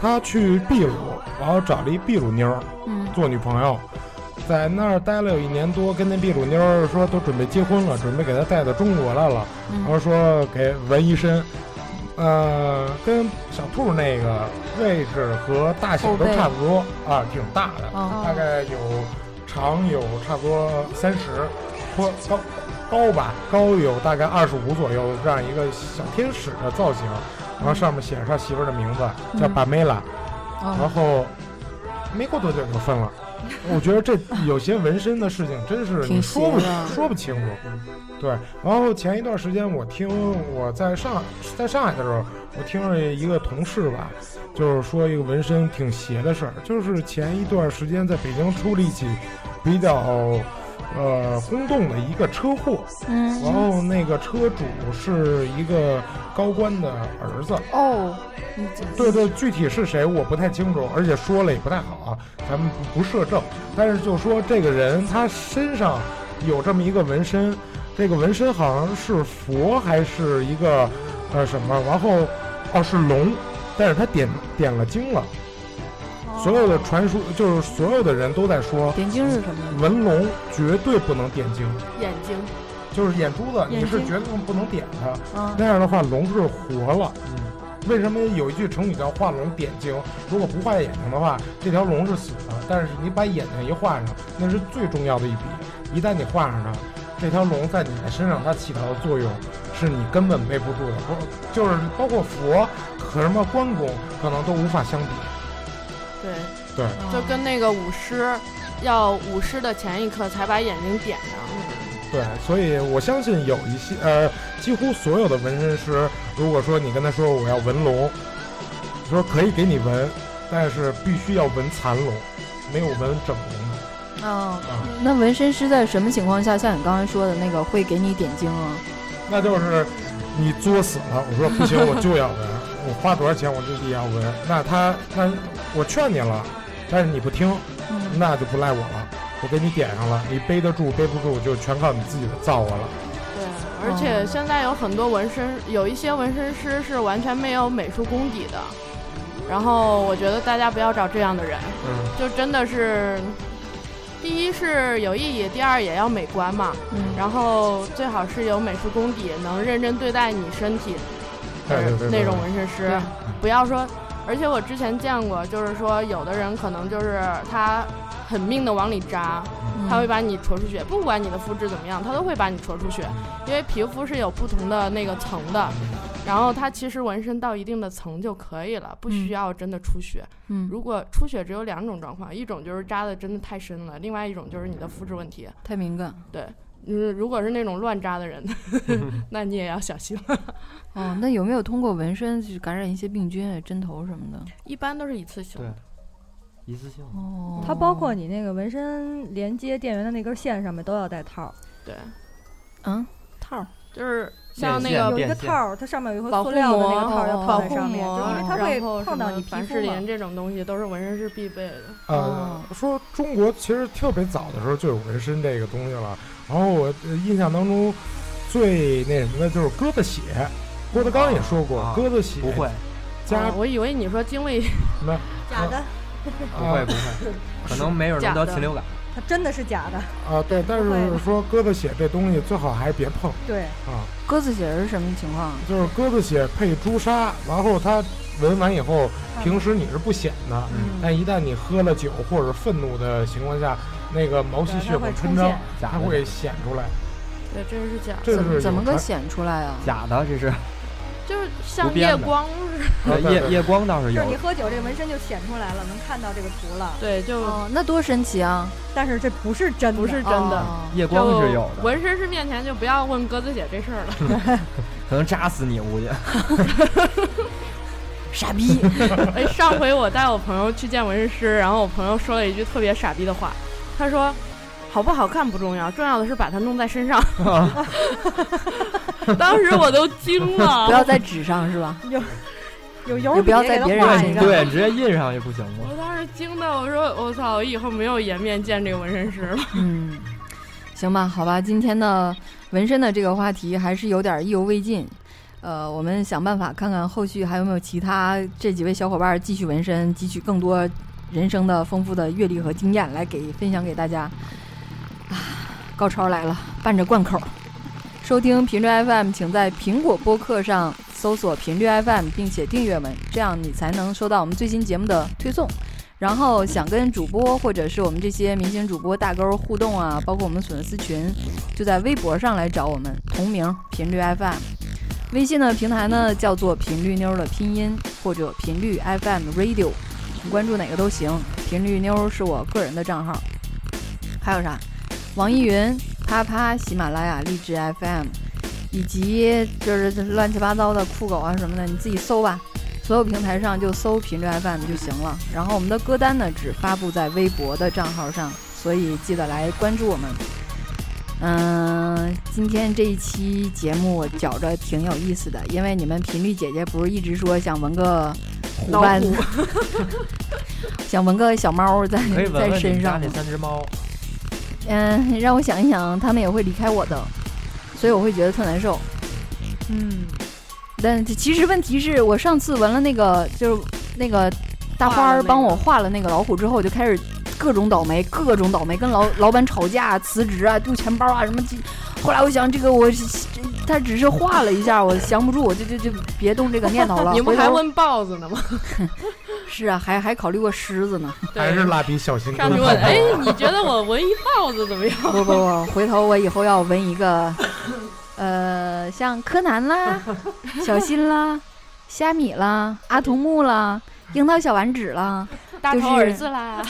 [SPEAKER 5] 他去秘鲁，然后找了一秘鲁妞儿
[SPEAKER 1] 嗯
[SPEAKER 5] 做女朋友，在那儿待了有一年多，跟那秘鲁妞儿说都准备结婚了，准备给她带到中国来了，然
[SPEAKER 1] 嗯
[SPEAKER 5] 后说给纹一身，呃，跟小兔那个位置和大小都差不多啊，挺大的，
[SPEAKER 1] 哦
[SPEAKER 5] 大概有长有差不多三十，宽高高吧，高有大概二十五左右这样一个小天使的造型，然后上面写着他媳妇儿的名字叫
[SPEAKER 1] 嗯
[SPEAKER 5] 巴梅拉。然
[SPEAKER 1] 哦，
[SPEAKER 5] 后没过多久就分了。我觉得这有些纹身的事情真是
[SPEAKER 1] 挺
[SPEAKER 5] 你说不
[SPEAKER 1] 邪的
[SPEAKER 5] 说不清楚。对，然后前一段时间我听我在上在上海的时候，我听了一个同事吧，就是说一个纹身挺邪的事儿，就是前一段时间在北京出了一起比较呃轰动的一个车祸，然
[SPEAKER 1] 嗯，
[SPEAKER 5] 后那个车主是一个高官的儿子，
[SPEAKER 1] 哦，你这
[SPEAKER 5] 对对，具体是谁我不太清楚，而且说了也不太好啊，咱们不不摄政。但是就说这个人他身上有这么一个纹身，这个纹身好像是佛还是一个呃什么，然后哦是龙，但是他点点了经了。
[SPEAKER 9] 哦
[SPEAKER 5] 所有的传说就是所有的人都在说
[SPEAKER 1] 点睛是什么？
[SPEAKER 5] 纹龙绝对不能点经，
[SPEAKER 2] 眼睛，
[SPEAKER 5] 就是眼珠子，你
[SPEAKER 9] 眼
[SPEAKER 5] 是
[SPEAKER 9] 睛
[SPEAKER 5] 绝对不能点它，
[SPEAKER 3] 哦
[SPEAKER 9] 嗯
[SPEAKER 5] 那样的话龙是活了。
[SPEAKER 4] 嗯，
[SPEAKER 5] 为什么有一句成语叫“画龙点睛”？如果不画眼睛的话，这条龙是死的；但是你把眼睛一画上，那是最重要的一笔。一旦你画上它，这条龙在你的身上它起到的作用，是你根本背不住的。不，就是包括佛和什么关公，可能都无法相比。
[SPEAKER 2] 对，
[SPEAKER 5] 对，
[SPEAKER 2] 就跟那个舞狮，要舞狮的前一刻才把眼睛点上那
[SPEAKER 5] 对，所以我相信有一些呃，几乎所有的纹身师，如果说你跟他说我要纹龙，说可以给你纹，但是必须要纹残龙，没有纹整龙的。
[SPEAKER 1] 嗯
[SPEAKER 5] 啊，
[SPEAKER 1] 那纹身师在什么情况下，像你刚才说的那个，会给你点睛啊？
[SPEAKER 5] 那就是你作死了。我说不行，我就要纹，我花多少钱我就得要纹。那他那我劝你了，但是你不听，
[SPEAKER 1] 嗯，
[SPEAKER 5] 那就不赖我了。我给你点上了，你背得住背不住就全靠你自己的造化了。
[SPEAKER 2] 个。对，而
[SPEAKER 5] 嗯
[SPEAKER 2] 且现在有很多纹身，有一些纹身师是完全没有美术功底的。然后我觉得大家不要找这样的人，
[SPEAKER 5] 嗯，
[SPEAKER 2] 就真的是，第一是有意义，第二也要美观嘛。
[SPEAKER 1] 嗯
[SPEAKER 2] 然后最好是有美术功底，能认真对待你身体
[SPEAKER 5] 对对对对，
[SPEAKER 2] 那种纹身师，不要说。而且我之前见过，就是说有的人可能就是他很命的往里扎，他会把你戳出血，不管你的肤质怎么样，他都会把你戳出血，因为皮肤是有不同的那个层的。然后它其实纹身到一定的层就可以了，不需要真的出血。
[SPEAKER 1] 嗯，
[SPEAKER 2] 如果出血只有两种状况，一种就是扎的真的太深了，另外一种就是你的肤质问题。
[SPEAKER 1] 太敏感。
[SPEAKER 2] 嗯，如果是那种乱扎的人， 那你也要小心了。
[SPEAKER 1] 哦，那有没有通过纹身去感染一些病菌、啊针头什么的？
[SPEAKER 2] 一般都是一次性
[SPEAKER 4] 对一次性
[SPEAKER 1] 哦，
[SPEAKER 3] 它包括你那个纹身连接电源的那根线上面都要带套，
[SPEAKER 2] 对，
[SPEAKER 1] 嗯套儿，
[SPEAKER 2] 就是像那
[SPEAKER 4] 变现
[SPEAKER 2] 个
[SPEAKER 3] 有一
[SPEAKER 4] 变
[SPEAKER 3] 个
[SPEAKER 4] 线
[SPEAKER 3] 套儿，它上面有一个
[SPEAKER 2] 保
[SPEAKER 3] 塑
[SPEAKER 2] 护
[SPEAKER 3] 料的那
[SPEAKER 2] 膜
[SPEAKER 3] 个套儿要
[SPEAKER 1] 保
[SPEAKER 3] 套在
[SPEAKER 2] 护
[SPEAKER 3] 上面，
[SPEAKER 2] 膜
[SPEAKER 3] 就因为它
[SPEAKER 2] 然后
[SPEAKER 3] 会
[SPEAKER 2] 什
[SPEAKER 3] 碰到你
[SPEAKER 2] 么
[SPEAKER 3] 皮
[SPEAKER 2] 凡
[SPEAKER 3] 肤
[SPEAKER 2] 士林
[SPEAKER 3] 嘛。
[SPEAKER 2] 这种东西都是纹身师必备的。
[SPEAKER 5] 呃
[SPEAKER 1] 哦，
[SPEAKER 5] 说中国其实特别早的时候就有纹身这个东西了。然后我呃印象当中最那什么的就是鸽子血，郭德纲也说过，
[SPEAKER 4] 啊
[SPEAKER 5] 鸽子血
[SPEAKER 4] 不会
[SPEAKER 5] 加
[SPEAKER 2] 啊
[SPEAKER 3] 哦
[SPEAKER 2] 我以为你说精卫，
[SPEAKER 3] 假的，
[SPEAKER 4] 不会不会， 可能没准能得禽流感。
[SPEAKER 3] 它真的是假的，
[SPEAKER 5] 啊，对，但
[SPEAKER 3] 不会
[SPEAKER 5] 是
[SPEAKER 3] 的
[SPEAKER 5] 说鸽子血这东西最好还是别碰
[SPEAKER 3] 对，
[SPEAKER 5] 啊，
[SPEAKER 1] 鸽子血是什么情况？啊
[SPEAKER 5] 就是鸽子血配朱砂，然后它闻完以后，
[SPEAKER 3] 嗯
[SPEAKER 5] 平时你是不显的，
[SPEAKER 4] 嗯
[SPEAKER 5] 但一旦你喝了酒或者愤怒的情况下，那个毛细
[SPEAKER 3] 对
[SPEAKER 5] 血
[SPEAKER 3] 它会
[SPEAKER 5] 管
[SPEAKER 3] 冲
[SPEAKER 5] 穿张
[SPEAKER 3] 线，，
[SPEAKER 4] 假
[SPEAKER 5] 它
[SPEAKER 4] 的
[SPEAKER 5] 会显出来，
[SPEAKER 2] 对，这是假的，
[SPEAKER 5] 这
[SPEAKER 1] 怎
[SPEAKER 5] 是
[SPEAKER 1] 么
[SPEAKER 5] 有
[SPEAKER 1] 怎么
[SPEAKER 5] 传
[SPEAKER 1] 个显出来啊？
[SPEAKER 4] 假的，这是
[SPEAKER 2] 就是像
[SPEAKER 4] 编
[SPEAKER 2] 夜
[SPEAKER 4] 的
[SPEAKER 2] 光似的。
[SPEAKER 5] 啊对
[SPEAKER 4] 夜
[SPEAKER 5] 对
[SPEAKER 4] 夜光倒是
[SPEAKER 3] 就是
[SPEAKER 4] 有
[SPEAKER 3] 你，喝酒这纹身就显出来了，能看到这个图了，
[SPEAKER 2] 对，就
[SPEAKER 1] 哦，那多神奇啊！
[SPEAKER 3] 但是这不是真的，
[SPEAKER 2] 不是真的。
[SPEAKER 1] 哦
[SPEAKER 4] 夜
[SPEAKER 2] 就
[SPEAKER 4] 光是有的，
[SPEAKER 2] 纹身师面前就不要问鸽子血这事儿 了。
[SPEAKER 4] 可能扎死你，我估计。
[SPEAKER 1] 傻逼！
[SPEAKER 2] 哎，上回我带我朋友去见纹身师，然后我朋友说了一句特别傻逼的话，他说：“好不好看不重要，重要的是把它弄在 身上。”当时我都惊了，
[SPEAKER 1] 不要在纸上是吧？
[SPEAKER 3] 有油
[SPEAKER 1] 也不要
[SPEAKER 3] 笔给
[SPEAKER 1] 在
[SPEAKER 3] 它
[SPEAKER 1] 别人
[SPEAKER 3] 画
[SPEAKER 1] 身
[SPEAKER 3] 一
[SPEAKER 1] 上
[SPEAKER 3] 个，
[SPEAKER 4] 对，直接印上也不行吗？
[SPEAKER 2] 我当时惊的，我说我操，我以后没有颜面见这个纹身师了。
[SPEAKER 1] 嗯，行吧，好吧，今天的纹身的这个话题还是有点意犹未尽。呃，我们想办法看看后续还有没有其他这几位小伙伴继续纹身，汲取更多人生的丰富的阅历和经验来给分享给大家。啊，啊高超来了，伴着贯口。收听频率 FM，请在苹果播客上搜索频率 FM，并且订阅我们，这样你才能收到我们最新节目的推送。然后想跟主播或者是我们这些明星主播大勾互动啊，包括我们粉丝群，就在微博上来找我们，同名频率 FM。微信的平台呢叫做频率妞儿的拼音或者频率 FM Radio，你关注哪个都行。频率妞儿是我个人的账号，还有啥？网易云、啪啪、喜马拉雅、荔枝 FM，以及就是乱七八糟的酷狗啊什么的，你自己搜吧。所有平台上就搜频率 FM 就行了。然后我们的歌单呢，只发布在微博的账号上，所以记得来关注我们。嗯、今天这一期节目我觉着挺有意思的，因为你们频率姐姐不是一直说想纹个虎
[SPEAKER 2] 老
[SPEAKER 1] 斑， 想纹个小猫在
[SPEAKER 4] 可以
[SPEAKER 1] 嗯
[SPEAKER 4] 闻
[SPEAKER 1] 在
[SPEAKER 4] 闻
[SPEAKER 1] 身
[SPEAKER 4] 你家
[SPEAKER 1] 上吗
[SPEAKER 4] 那三只猫，
[SPEAKER 1] 嗯，让我想一想，他们也会离开我的，所以我会觉得特难受。
[SPEAKER 3] 嗯，
[SPEAKER 1] 但其实问题是我上次纹了那个，就是那个大花
[SPEAKER 2] 画了那
[SPEAKER 1] 儿
[SPEAKER 2] 个
[SPEAKER 1] 帮我画了那个老虎之后，我就开始各种倒霉，各种倒霉，跟老老板吵架、辞职啊、丢钱包啊什么鸡，后来我想，这个我他只是画了一下，我降不住，我就就就别动这个念头了。
[SPEAKER 2] 你
[SPEAKER 1] 回
[SPEAKER 2] 不还
[SPEAKER 1] 头
[SPEAKER 2] 问豹子呢吗？
[SPEAKER 1] 是啊，还还考虑过狮子呢。
[SPEAKER 5] 还是蜡笔小新
[SPEAKER 2] 上去
[SPEAKER 5] 跟
[SPEAKER 2] 问，
[SPEAKER 5] 泡泡
[SPEAKER 2] 哎，你觉得我闻一豹子怎么样？
[SPEAKER 1] 不不不，回头我以后要纹一个，呃，像柯南啦、小新啦、虾米啦、阿童木啦、樱桃小丸子啦，
[SPEAKER 2] 大
[SPEAKER 1] 就是
[SPEAKER 2] 头儿子啦，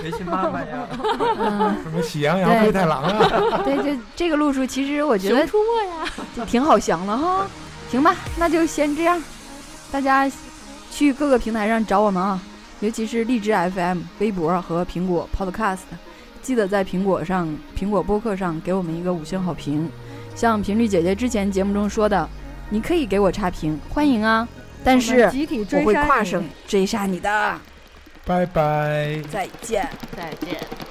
[SPEAKER 4] 没去妈妈呀，
[SPEAKER 1] 嗯，
[SPEAKER 5] 什么喜羊羊、灰太狼啊，
[SPEAKER 1] 对，就这个路数，其实我觉
[SPEAKER 2] 熊
[SPEAKER 1] 得
[SPEAKER 2] 出没呀。
[SPEAKER 1] 就挺好想的哈。行吧，那就先这样，大家去各个平台上找我们啊，尤其是荔枝 FM、微博和苹果 Podcast，记得在苹果上、苹果播客上给我们一个五星好评。像频率姐姐之前节目中说的，你可以给我差评，欢迎啊，但
[SPEAKER 3] 我们
[SPEAKER 1] 是
[SPEAKER 3] 集体
[SPEAKER 1] 我
[SPEAKER 3] 追
[SPEAKER 1] 会
[SPEAKER 3] 杀
[SPEAKER 1] 跨
[SPEAKER 3] 你
[SPEAKER 1] 省追杀你的。
[SPEAKER 5] 拜拜。
[SPEAKER 1] 再见。
[SPEAKER 2] 再见。